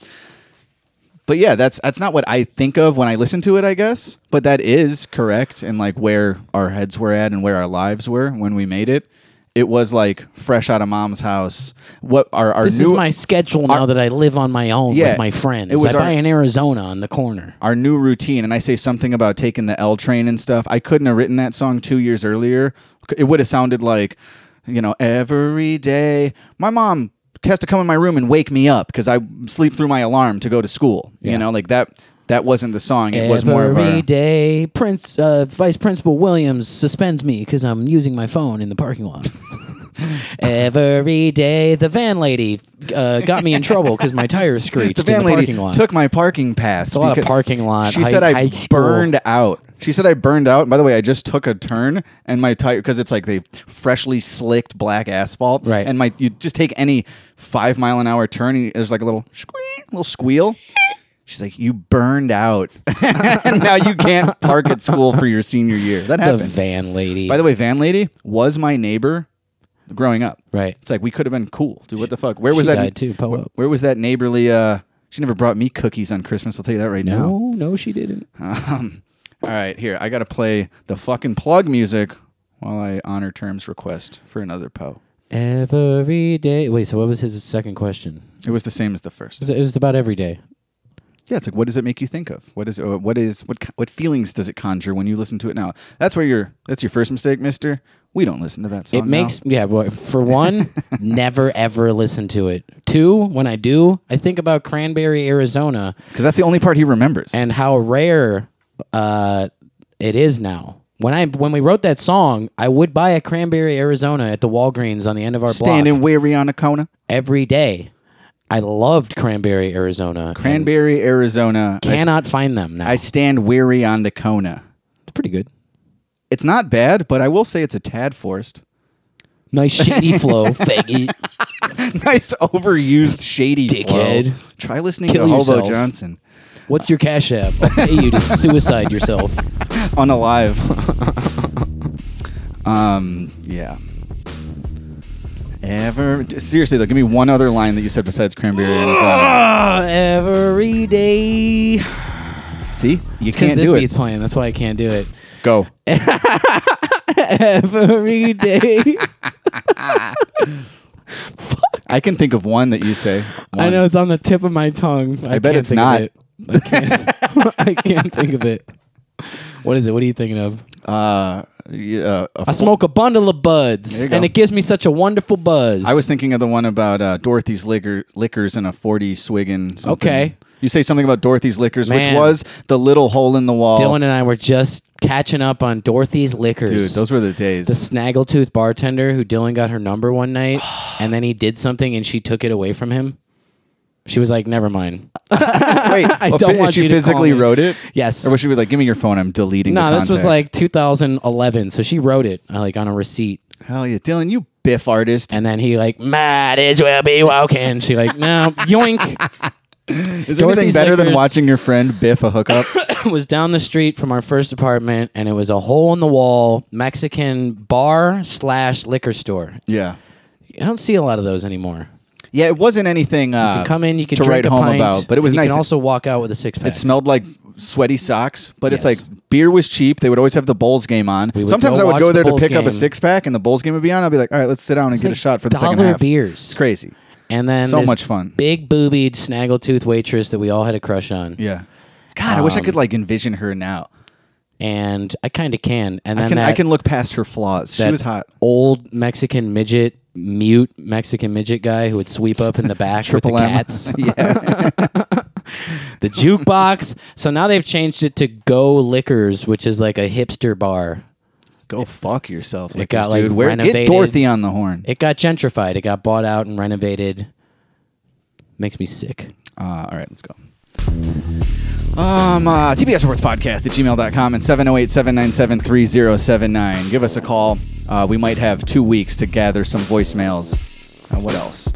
Speaker 4: But yeah, that's that's not what I think of when I listen to it. I guess, but that is correct and like where our heads were at and where our lives were when we made it. It was like fresh out of mom's house. What our our
Speaker 6: this
Speaker 4: new
Speaker 6: is my schedule now that I live on my own
Speaker 4: Yeah,
Speaker 6: with my friends.
Speaker 4: it was
Speaker 6: I
Speaker 4: our-
Speaker 6: buy in Arizona on the corner.
Speaker 4: our new routine and i say something about taking the l train and stuff i couldn't have written that song two years earlier it would have sounded like you know every day my mom has to come in my room and wake me up because i sleep through my alarm to go to school you know like that that wasn't the song it was more of
Speaker 6: Every
Speaker 4: a
Speaker 6: day, Prince uh, Vice Principal Williams suspends me because I'm using my phone in the parking lot. Every day, the van lady uh, got me in trouble because my tires screeched
Speaker 4: the van
Speaker 6: in the
Speaker 4: lady
Speaker 6: parking lot.
Speaker 4: took my parking pass
Speaker 6: It's a lot of
Speaker 4: because-
Speaker 6: parking lot.
Speaker 4: she
Speaker 6: high-
Speaker 4: said i
Speaker 6: high school.
Speaker 4: burned out she said i burned out by the way i just took a turn and my tire because it's like they freshly slicked black asphalt
Speaker 6: Right.
Speaker 4: and my you just take any five mile an hour turn and there's like a little squeak little squeal she's like you burned out and now you can't park at school for your senior year that
Speaker 6: the
Speaker 4: happened
Speaker 6: van lady.
Speaker 4: by the way van lady was my neighbor growing up
Speaker 6: right.
Speaker 4: it's like we could have been cool dude what the fuck where was
Speaker 6: she
Speaker 4: that
Speaker 6: died too, Poe.
Speaker 4: where was that neighborly uh she never brought me cookies on christmas i'll tell you that right now
Speaker 6: No, no, she didn't.
Speaker 4: um, all right, here I gotta play the fucking plug music while I honor Term's request for another Poe.
Speaker 6: Every day. Wait, so what was his second question?
Speaker 4: It was the same as the
Speaker 6: It
Speaker 4: first.
Speaker 6: was- It was about every day.
Speaker 4: Yeah, it's like what does it make you think of? What is uh, what is what ki- what feelings does it conjure when you listen to it now? That's where your that's your first mistake, Mister. We don't listen to that song.
Speaker 6: It makes yeah. Well, for one, never ever listen to it. Two, when I do, I think about Cranberry, Arizona,
Speaker 4: because that's the only part he remembers.
Speaker 6: and how rare uh, it is now. When I when we wrote that song, I would buy a Cranberry, Arizona at the Walgreens on the end of our
Speaker 4: standing
Speaker 6: block
Speaker 4: weary on a corner,
Speaker 6: every day. I loved Cranberry, Arizona. and
Speaker 4: Cranberry, Arizona. I s-
Speaker 6: Cannot find them now.
Speaker 4: I stand weary on the corner.
Speaker 6: it's pretty good.
Speaker 4: It's not bad, but I will say it's a tad forced.
Speaker 6: Nice shitty flow, faggy.
Speaker 4: nice overused shady
Speaker 6: Dickhead.
Speaker 4: flow. Try listening
Speaker 6: Kill
Speaker 4: to Hobo
Speaker 6: yourself.
Speaker 4: Johnson.
Speaker 6: What's your cash app? I'll pay you to suicide yourself.
Speaker 4: on alive. um, yeah. Ever seriously though, give me one other line that you said besides cranberry Arizona.
Speaker 6: Uh, every day.
Speaker 4: See, you
Speaker 6: Because
Speaker 4: can't
Speaker 6: this
Speaker 4: do
Speaker 6: beat's
Speaker 4: it.
Speaker 6: playing. That's why I can't do it.
Speaker 4: Go.
Speaker 6: Every day.
Speaker 4: I can think of one that you say.
Speaker 6: I
Speaker 4: One.
Speaker 6: know it's on the tip of my tongue. I,
Speaker 4: bet
Speaker 6: can't
Speaker 4: it's
Speaker 6: think
Speaker 4: not.
Speaker 6: Of it. I can't. I can't think of it. What is it? What are you thinking of?
Speaker 4: Uh, yeah, uh, a
Speaker 6: I
Speaker 4: fo-
Speaker 6: smoke a bundle of
Speaker 4: There
Speaker 6: buds,
Speaker 4: you go.
Speaker 6: and it gives me such a wonderful buzz.
Speaker 4: I was thinking of the one about uh, Dorothy's liquor, liquors and a forty swiggin. Something.
Speaker 6: Okay.
Speaker 4: You say something about Dorothy's liquors, which
Speaker 6: Man.
Speaker 4: was the little hole in the wall.
Speaker 6: Dylan and I were just catching up on Dorothy's liquors.
Speaker 4: Dude, those were the days.
Speaker 6: the snaggletooth bartender who Dylan got her number one night, and then he did something and she took it away from him. She was like, "Never mind."
Speaker 4: Wait,
Speaker 6: I
Speaker 4: well,
Speaker 6: don't
Speaker 4: fi-
Speaker 6: want
Speaker 4: she
Speaker 6: you to call
Speaker 4: physically
Speaker 6: me.
Speaker 4: wrote it.
Speaker 6: Yes.
Speaker 4: Or was she was like, "Give me your phone. I'm deleting."
Speaker 6: No,
Speaker 4: the
Speaker 6: this was like
Speaker 4: contact."
Speaker 6: 2011, so she wrote it uh, like on a receipt,
Speaker 4: hell yeah, Dylan, you biff artist.
Speaker 6: and then he like might as well be walking. She like, "No, yoink."
Speaker 4: Is there anything
Speaker 6: Dorothy's
Speaker 4: better than
Speaker 6: Liquors-
Speaker 4: watching your friend biff a hookup?
Speaker 6: was down the street from our first apartment, and it was a hole in the wall Mexican bar slash liquor store.
Speaker 4: yeah,
Speaker 6: I don't see a lot of those anymore.
Speaker 4: yeah. It wasn't anything. Uh,
Speaker 6: You can come in, you can
Speaker 4: to
Speaker 6: drink
Speaker 4: write
Speaker 6: a
Speaker 4: home
Speaker 6: pint,
Speaker 4: about, but it was
Speaker 6: you
Speaker 4: nice.
Speaker 6: can also walk out with a six pack.
Speaker 4: it smelled like sweaty socks, but
Speaker 6: Yes.
Speaker 4: it's like beer was cheap. They would always have the Bulls game on.
Speaker 6: would
Speaker 4: Sometimes
Speaker 6: go
Speaker 4: I would
Speaker 6: watch
Speaker 4: go
Speaker 6: the
Speaker 4: there to
Speaker 6: Bulls
Speaker 4: pick up a
Speaker 6: game.
Speaker 4: six pack, and the Bulls game would be on. I'd be like, "All right, let's sit down and get
Speaker 6: like
Speaker 4: a shot for the second
Speaker 6: dollar
Speaker 4: half."
Speaker 6: beers.
Speaker 4: It's crazy.
Speaker 6: And then
Speaker 4: So
Speaker 6: this
Speaker 4: much fun.
Speaker 6: Big boobied snaggletooth waitress that we all had a crush on.
Speaker 4: Yeah. Um, God, I wish I could like envision her now.
Speaker 6: And I kind of can. And then
Speaker 4: I can
Speaker 6: that,
Speaker 4: I can look past her flaws. She
Speaker 6: that
Speaker 4: was hot.
Speaker 6: Old Mexican midget, mute Mexican midget guy who would sweep up in the back with the
Speaker 4: Triple M.
Speaker 6: cats,
Speaker 4: yeah.
Speaker 6: the jukebox. So now they've changed it to Go Liquors, which is like a hipster bar.
Speaker 4: Go fuck yourself,
Speaker 6: It
Speaker 4: Lickers,
Speaker 6: got like
Speaker 4: dude. Where,
Speaker 6: renovated.
Speaker 4: get Dorothy on the horn.
Speaker 6: It got gentrified. It got bought out and renovated. Makes me sick.
Speaker 4: Uh, all right, let's go. Um, uh, TBS Sports Podcast at gmail.com and 708 797 3079. Give us a call. Uh, we might have two weeks to gather some voicemails. Uh, what else?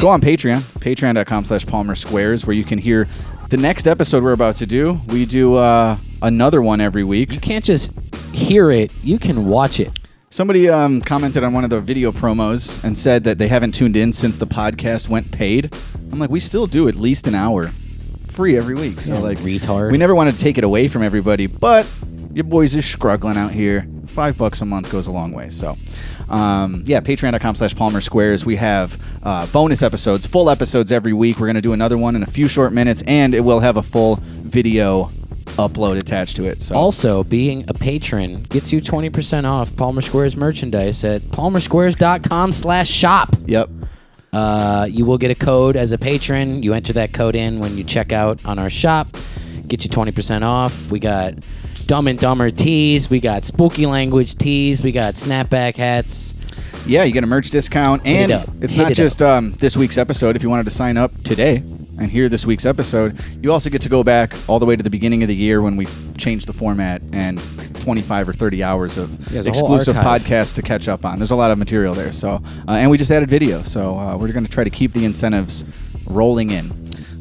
Speaker 4: Go on Patreon, patreon.com slash Palmer Squares, where you can hear the next episode we're about to do. We do uh, another one every week. You
Speaker 6: can't just hear it, you can watch it.
Speaker 4: Somebody um, commented on one of the video promos and said that they haven't tuned in since the podcast went paid. I'm like, we still do at least an hour free every week. So,
Speaker 6: Yeah,
Speaker 4: like,
Speaker 6: retard.
Speaker 4: we never want to take it away from everybody, but your boys are struggling out here. Five bucks a month goes a long way. So, um, yeah, patreon.com slash Palmer Squares. We have uh, bonus episodes, full episodes every week. We're going to do another one in a few short minutes, and it will have a full video upload attached to it. So,
Speaker 6: Also, being a patron gets you 20% off Palmer Squares merchandise at palmersquares.com slash shop.
Speaker 4: Yep.
Speaker 6: Uh, you will get a code as a patron. You enter that code in when you check out on our shop. Get you 20% off. We got Dumb and Dumber tees. We got Spooky Language tees. We got snapback hats.
Speaker 4: Yeah, you get a merch discount,
Speaker 6: Hit
Speaker 4: and
Speaker 6: it up.
Speaker 4: it's
Speaker 6: Hit
Speaker 4: not
Speaker 6: it
Speaker 4: just um, this week's episode. If you wanted to sign up today and hear this week's episode, you also get to go back all the way to the beginning of the year when we changed the format and 25 or 30 hours of
Speaker 6: Yeah, there's a whole
Speaker 4: exclusive
Speaker 6: archive.
Speaker 4: podcasts to catch up on. There's a lot of material there. So, uh, and we just added video, so uh, we're going to try to keep the incentives rolling in.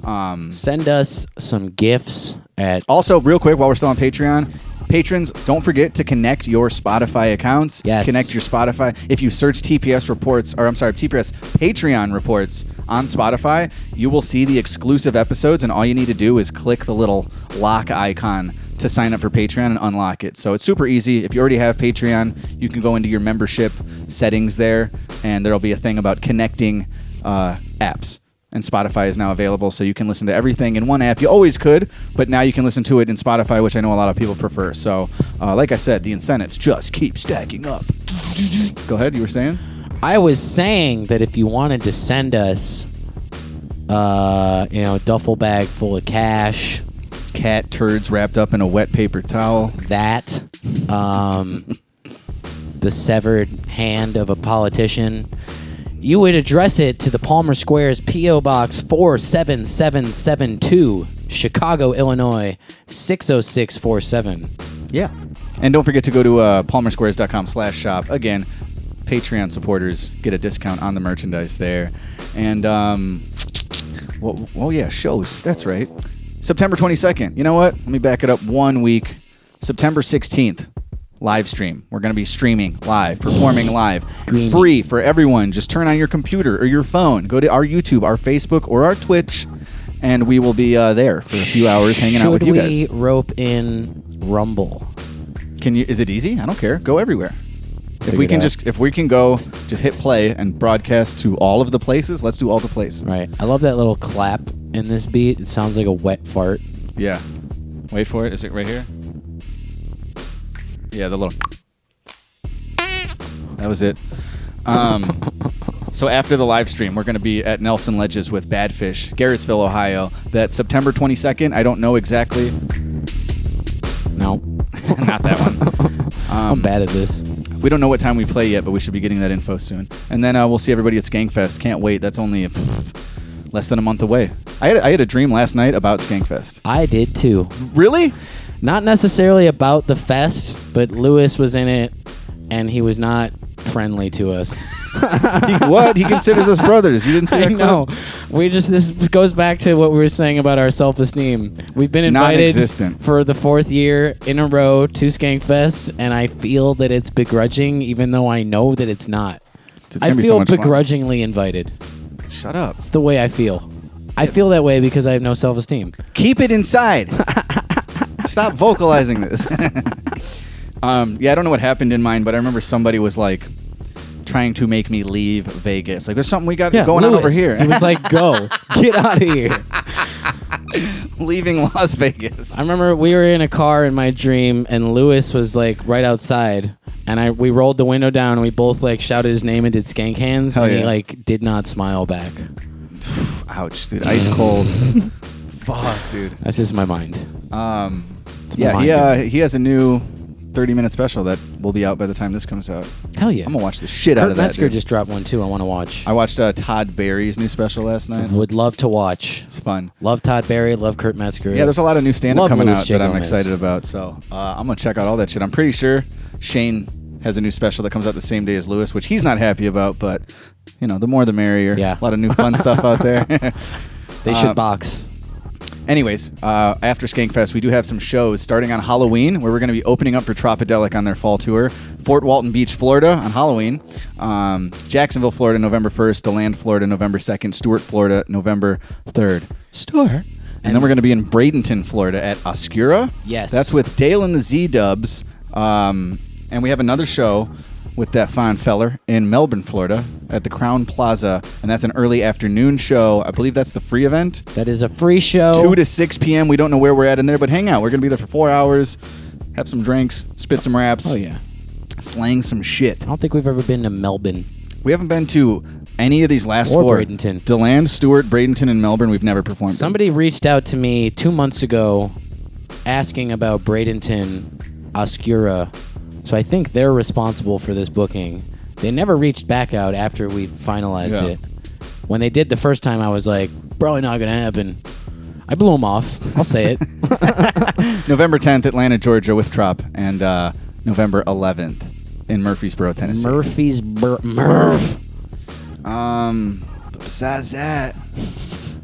Speaker 4: Um,
Speaker 6: Send us some gifts at
Speaker 4: also, real quick, while we're still on Patreon, patrons, don't forget to connect your Spotify accounts.
Speaker 6: Yes.
Speaker 4: Connect your Spotify. If you search TPS reports, or I'm sorry, TPS Patreon reports on Spotify, you will see the exclusive episodes, and all you need to do is click the little lock icon to sign up for Patreon and unlock it. So it's super easy. If you already have Patreon, you can go into your membership settings there, and there'll be a thing about connecting uh, apps and Spotify is now available, so you can listen to everything in one app. You always could, but now you can listen to it in Spotify, which I know a lot of people prefer. So, uh, like I said, the incentives just keep stacking up. Go ahead, you were saying?
Speaker 6: I was saying that if you wanted to send us, uh, you know, a duffel bag full of cash,
Speaker 4: cat turds wrapped up in a wet paper towel,
Speaker 6: that, um, the severed hand of a politician, you would address it to the Palmer Squares P.O. Box 47772, Chicago, Illinois 60647.
Speaker 4: Yeah. And don't forget to go to uh, palmersquares.com slash shop. Again, Patreon supporters get a discount on the merchandise there. And, um, well, oh, yeah, shows. That's right. September 22nd. You know what? Let me back it up one week. September 16th, live stream. We're going to be streaming live, performing live, free for everyone. Just turn on your computer or your phone. Go to our YouTube, our Facebook, or our Twitch, and we will be uh, there for a few hours hanging out
Speaker 6: Should
Speaker 4: with you
Speaker 6: we
Speaker 4: guys.
Speaker 6: rope in Rumble?
Speaker 4: Can you? Is it easy? I don't care. Go everywhere. If
Speaker 6: Figure
Speaker 4: we
Speaker 6: it
Speaker 4: can
Speaker 6: out.
Speaker 4: just, if we can go, just hit play and broadcast to all of the places. Let's do all the places.
Speaker 6: Right. I love that little clap in this beat. It sounds like a wet fart.
Speaker 4: Yeah. Wait for it. Is it right here? Yeah, the little. That was it. Um, so after the live stream, we're going to be at Nelson Ledges with Badfish, Garrettsville, Ohio. That's September 22nd. I don't know exactly.
Speaker 6: No.
Speaker 4: Not that one. Um,
Speaker 6: I'm bad at this.
Speaker 4: We don't know what time we play yet, but we should be getting that info soon. And then uh, we'll see everybody at Skankfest. Can't wait. That's only pff, less than a month away. I had, I had a dream last night about Skankfest.
Speaker 6: I did too.
Speaker 4: Really?
Speaker 6: Not necessarily about the fest, but Lewis was in it and he was not friendly to us.
Speaker 4: He- what? He considers us brothers. You didn't see that?
Speaker 6: I
Speaker 4: clip?
Speaker 6: know. We just this goes back to what we were saying about our self-esteem. We've been invited
Speaker 4: Non-existent.
Speaker 6: for the fourth year in a row to Skankfest and I feel that it's begrudging even though I know that it's not.
Speaker 4: It's
Speaker 6: I
Speaker 4: gonna be so
Speaker 6: feel
Speaker 4: much fun.
Speaker 6: begrudgingly invited.
Speaker 4: Shut up.
Speaker 6: It's the way I feel. I feel that way because I have no self esteem.
Speaker 4: Keep it inside. Stop vocalizing this. um, yeah, I don't know what happened in mine, but I remember somebody was like trying to make me leave Vegas. Like, there's something we got going on over here.
Speaker 6: He was like, go, get out of here.
Speaker 4: leaving Las Vegas.
Speaker 6: I remember we were in a car in my dream, and Lewis was like right outside. And I we rolled the window down, and we both like shouted his name and did skank hands,
Speaker 4: Hell
Speaker 6: and he
Speaker 4: yeah.
Speaker 6: like did not smile back.
Speaker 4: Ouch, dude. Ice cold. Fuck, dude.
Speaker 6: That's just my mind.
Speaker 4: Um,
Speaker 6: my
Speaker 4: yeah,
Speaker 6: mind,
Speaker 4: he, uh, he has a new 30 minute special that will be out by the time this comes out.
Speaker 6: Hell yeah.
Speaker 4: I'm gonna watch the shit
Speaker 6: Kurt
Speaker 4: out of that.
Speaker 6: Metzger
Speaker 4: dude.
Speaker 6: just dropped one too. I want to watch.
Speaker 4: I watched uh, Todd Barry's new special last night.
Speaker 6: Would love to watch.
Speaker 4: It's fun.
Speaker 6: Love Todd Barry. Love Kurt Metzger.
Speaker 4: Yeah, there's a lot of new stand up
Speaker 6: Love
Speaker 4: coming
Speaker 6: Luis
Speaker 4: out
Speaker 6: J.
Speaker 4: that I'm
Speaker 6: Gomez.
Speaker 4: excited about. So uh, I'm gonna check out all that shit. I'm pretty sure Shane has a new special that comes out the same day as Lewis, which he's not happy about. But you know, the more the merrier.
Speaker 6: Yeah.
Speaker 4: a lot of new fun stuff out there.
Speaker 6: They should
Speaker 4: Um,
Speaker 6: box.
Speaker 4: Anyways, uh, after Skankfest, we do have some shows starting on Halloween, where we're going to be opening up for Tropodelic on their fall tour. Fort Walton Beach, Florida, on Halloween. Um, Jacksonville, Florida, November 1st. DeLand, Florida, November 2nd. Stuart, Florida, November 3rd. Stuart. And then we're going to be in Bradenton, Florida at Oscura.
Speaker 6: Yes.
Speaker 4: That's with Dale and the Z Dubs. Um, and we have another show with that fine feller in Melbourne, Florida at the Crown Plaza. And that's an early afternoon show. I believe that's the free event
Speaker 6: That is a free show.
Speaker 4: 2 to 6 p.m. We don't know where we're at in there, but hang out. We're going to be there for four hours, have some drinks, spit some raps,
Speaker 6: Oh yeah.
Speaker 4: slang some shit.
Speaker 6: I don't think we've ever been to Melbourne.
Speaker 4: We haven't been to any of these last
Speaker 6: Or
Speaker 4: four.
Speaker 6: Bradenton.
Speaker 4: DeLand, Stewart, Bradenton, and Melbourne, we've never performed. in.
Speaker 6: Somebody reached out to me two months ago asking about Bradenton Oscura. So I think they're responsible for this booking. They never reached back out after we finalized
Speaker 4: Yeah.
Speaker 6: it. When they did the first time, I was like, probably not going to happen. I blew them off. I'll say it.
Speaker 4: November 10th, Atlanta, Georgia with Trop, and uh, November 11th in Murfreesboro, Tennessee.
Speaker 6: Murphy's Bur- Murph.
Speaker 4: Um, but besides that,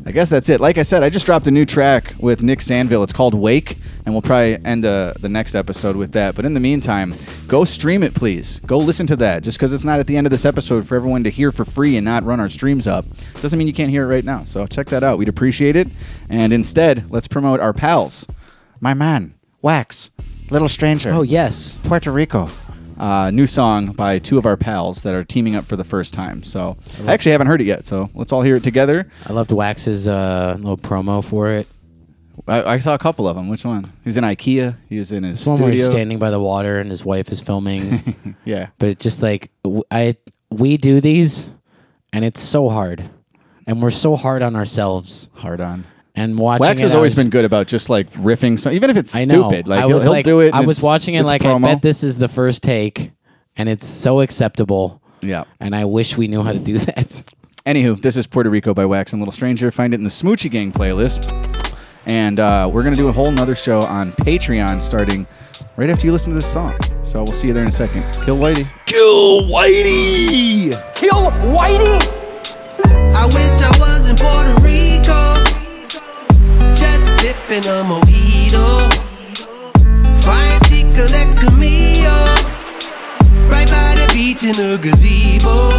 Speaker 4: I guess that's it. Like I said, I just dropped a new track with Nick Sandville. It's called Wake, and we'll probably end the the next episode with that. But in the meantime, go stream it, please. Go listen to that. Just because it's not at the end of this episode for everyone to hear for free and not run our streams up doesn't mean you can't hear it right now. So check that out. We'd appreciate it. And instead, let's promote our pals. My man, Wax, Little Stranger.
Speaker 6: Oh, yes.
Speaker 4: Puerto Rico. Uh, new song by two of our pals that are teaming up for the first time. So I actually haven't heard it yet. So let's all hear it together.
Speaker 6: I loved Wax's uh, little promo for it.
Speaker 4: I, I saw a couple of them. Which one? He was in IKEA. He was in his
Speaker 6: It's one where he's
Speaker 4: studio.
Speaker 6: standing by the water and his wife is filming.
Speaker 4: yeah,
Speaker 6: but it just like w- I we do these and it's so hard and we're so hard on ourselves
Speaker 4: hard on.
Speaker 6: and watching
Speaker 4: Wax
Speaker 6: it,
Speaker 4: has
Speaker 6: I
Speaker 4: always
Speaker 6: was-
Speaker 4: been good about just like riffing, so even if it's
Speaker 6: I know
Speaker 4: stupid, like
Speaker 6: I
Speaker 4: he'll,
Speaker 6: was
Speaker 4: he'll
Speaker 6: like,
Speaker 4: do it.
Speaker 6: I
Speaker 4: and
Speaker 6: was
Speaker 4: it's-
Speaker 6: watching it
Speaker 4: it's
Speaker 6: like
Speaker 4: promo.
Speaker 6: I bet this is the first take and it's so acceptable
Speaker 4: Yeah.
Speaker 6: and I wish we knew how to do that
Speaker 4: Anywho, this is Puerto Rico by Wax and Little Stranger. Find it in the Smoochie Gang playlist. And uh, we're going to do a whole nother show on Patreon starting right after you listen to this song. So we'll see you there in a second. Kill Whitey.
Speaker 10: Kill Whitey! Kill Whitey!
Speaker 7: I wish I was in Puerto Rico, just sipping a mojito. Fine chica next to me, oh, right by the beach in a gazebo.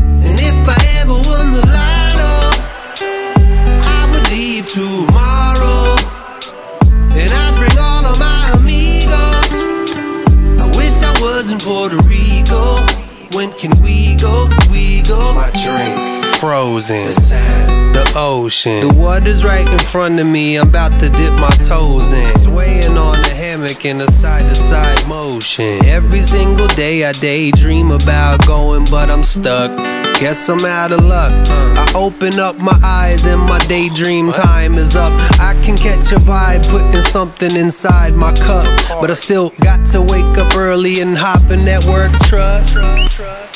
Speaker 7: And if I ever won the lotto, I would leave tomorrow, and I'd bring all of my amigos. I wish I was in Puerto Rico. When can we go? We go. My drink frozen. The, ocean. The water's right in front of me. I'm about to dip my toes in. Swaying on the hammock in a side to side motion. Every single day I daydream about going, but I'm stuck. Guess I'm out of luck. I open up my eyes and my daydream time is up. I can catch a vibe putting something inside my cup, but I still got to wake up early and hop in that work truck.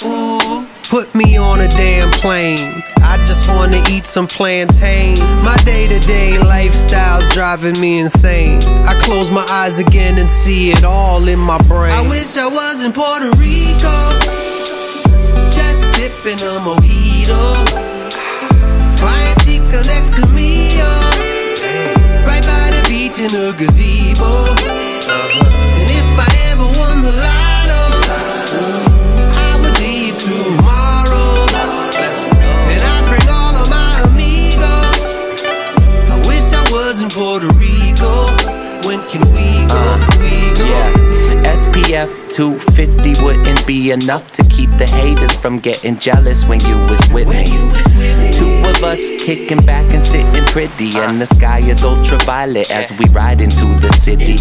Speaker 7: Ooh, put me on a damn plane. I just wanna eat some plantains. My day to day lifestyle's driving me insane. I close my eyes again and see it all in my brain. I wish I was in Puerto Rico, just sipping a mojito. Fine chica next to me, oh, right by the beach in a gazebo. And if I ever won the lotto. I would leave tomorrow, and I bring all of my amigos. I wish I was in Puerto Rico. When can we go? We go.
Speaker 12: Yeah, SPF 250 wouldn't be enough to keep the haters from getting jealous when you was with me. To a
Speaker 10: of us kicking back and sitting pretty, and the sky is ultraviolet as we ride into the city.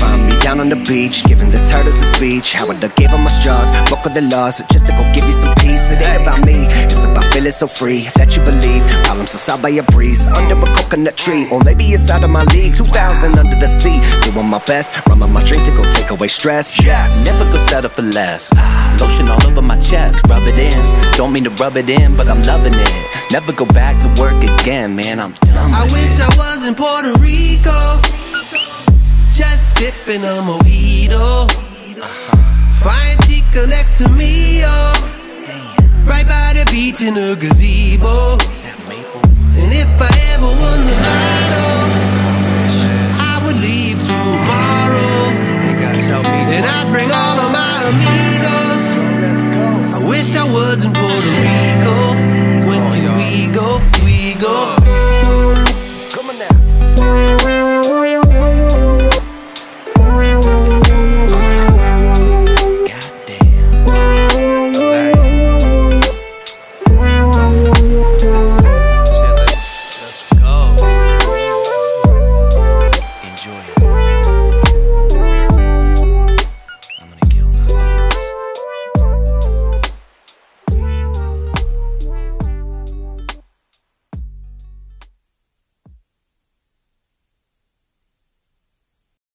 Speaker 7: Find me down on the beach, giving the turtles a speech. How I done gave them my straws, buckle the laws, just to go give you some peace. It ain't about me, it's about feeling so free that you believe. Problems are solved by a breeze, under a coconut tree, or maybe it's out of my league. 2000 under the sea, doing my best, rumming my drink to go take away stress. Yes,
Speaker 10: Never could settle for less. Lotion all over my chest, rub it in. Don't mean to rub it in, but I'm loving it. Never go back to work again, man. I'm done.
Speaker 13: I wish I was in Puerto Rico, just sipping a mojito.
Speaker 10: Uh-huh.
Speaker 13: Fine chica next to me, oh. Right by the beach in a gazebo. And if I ever won the lottery.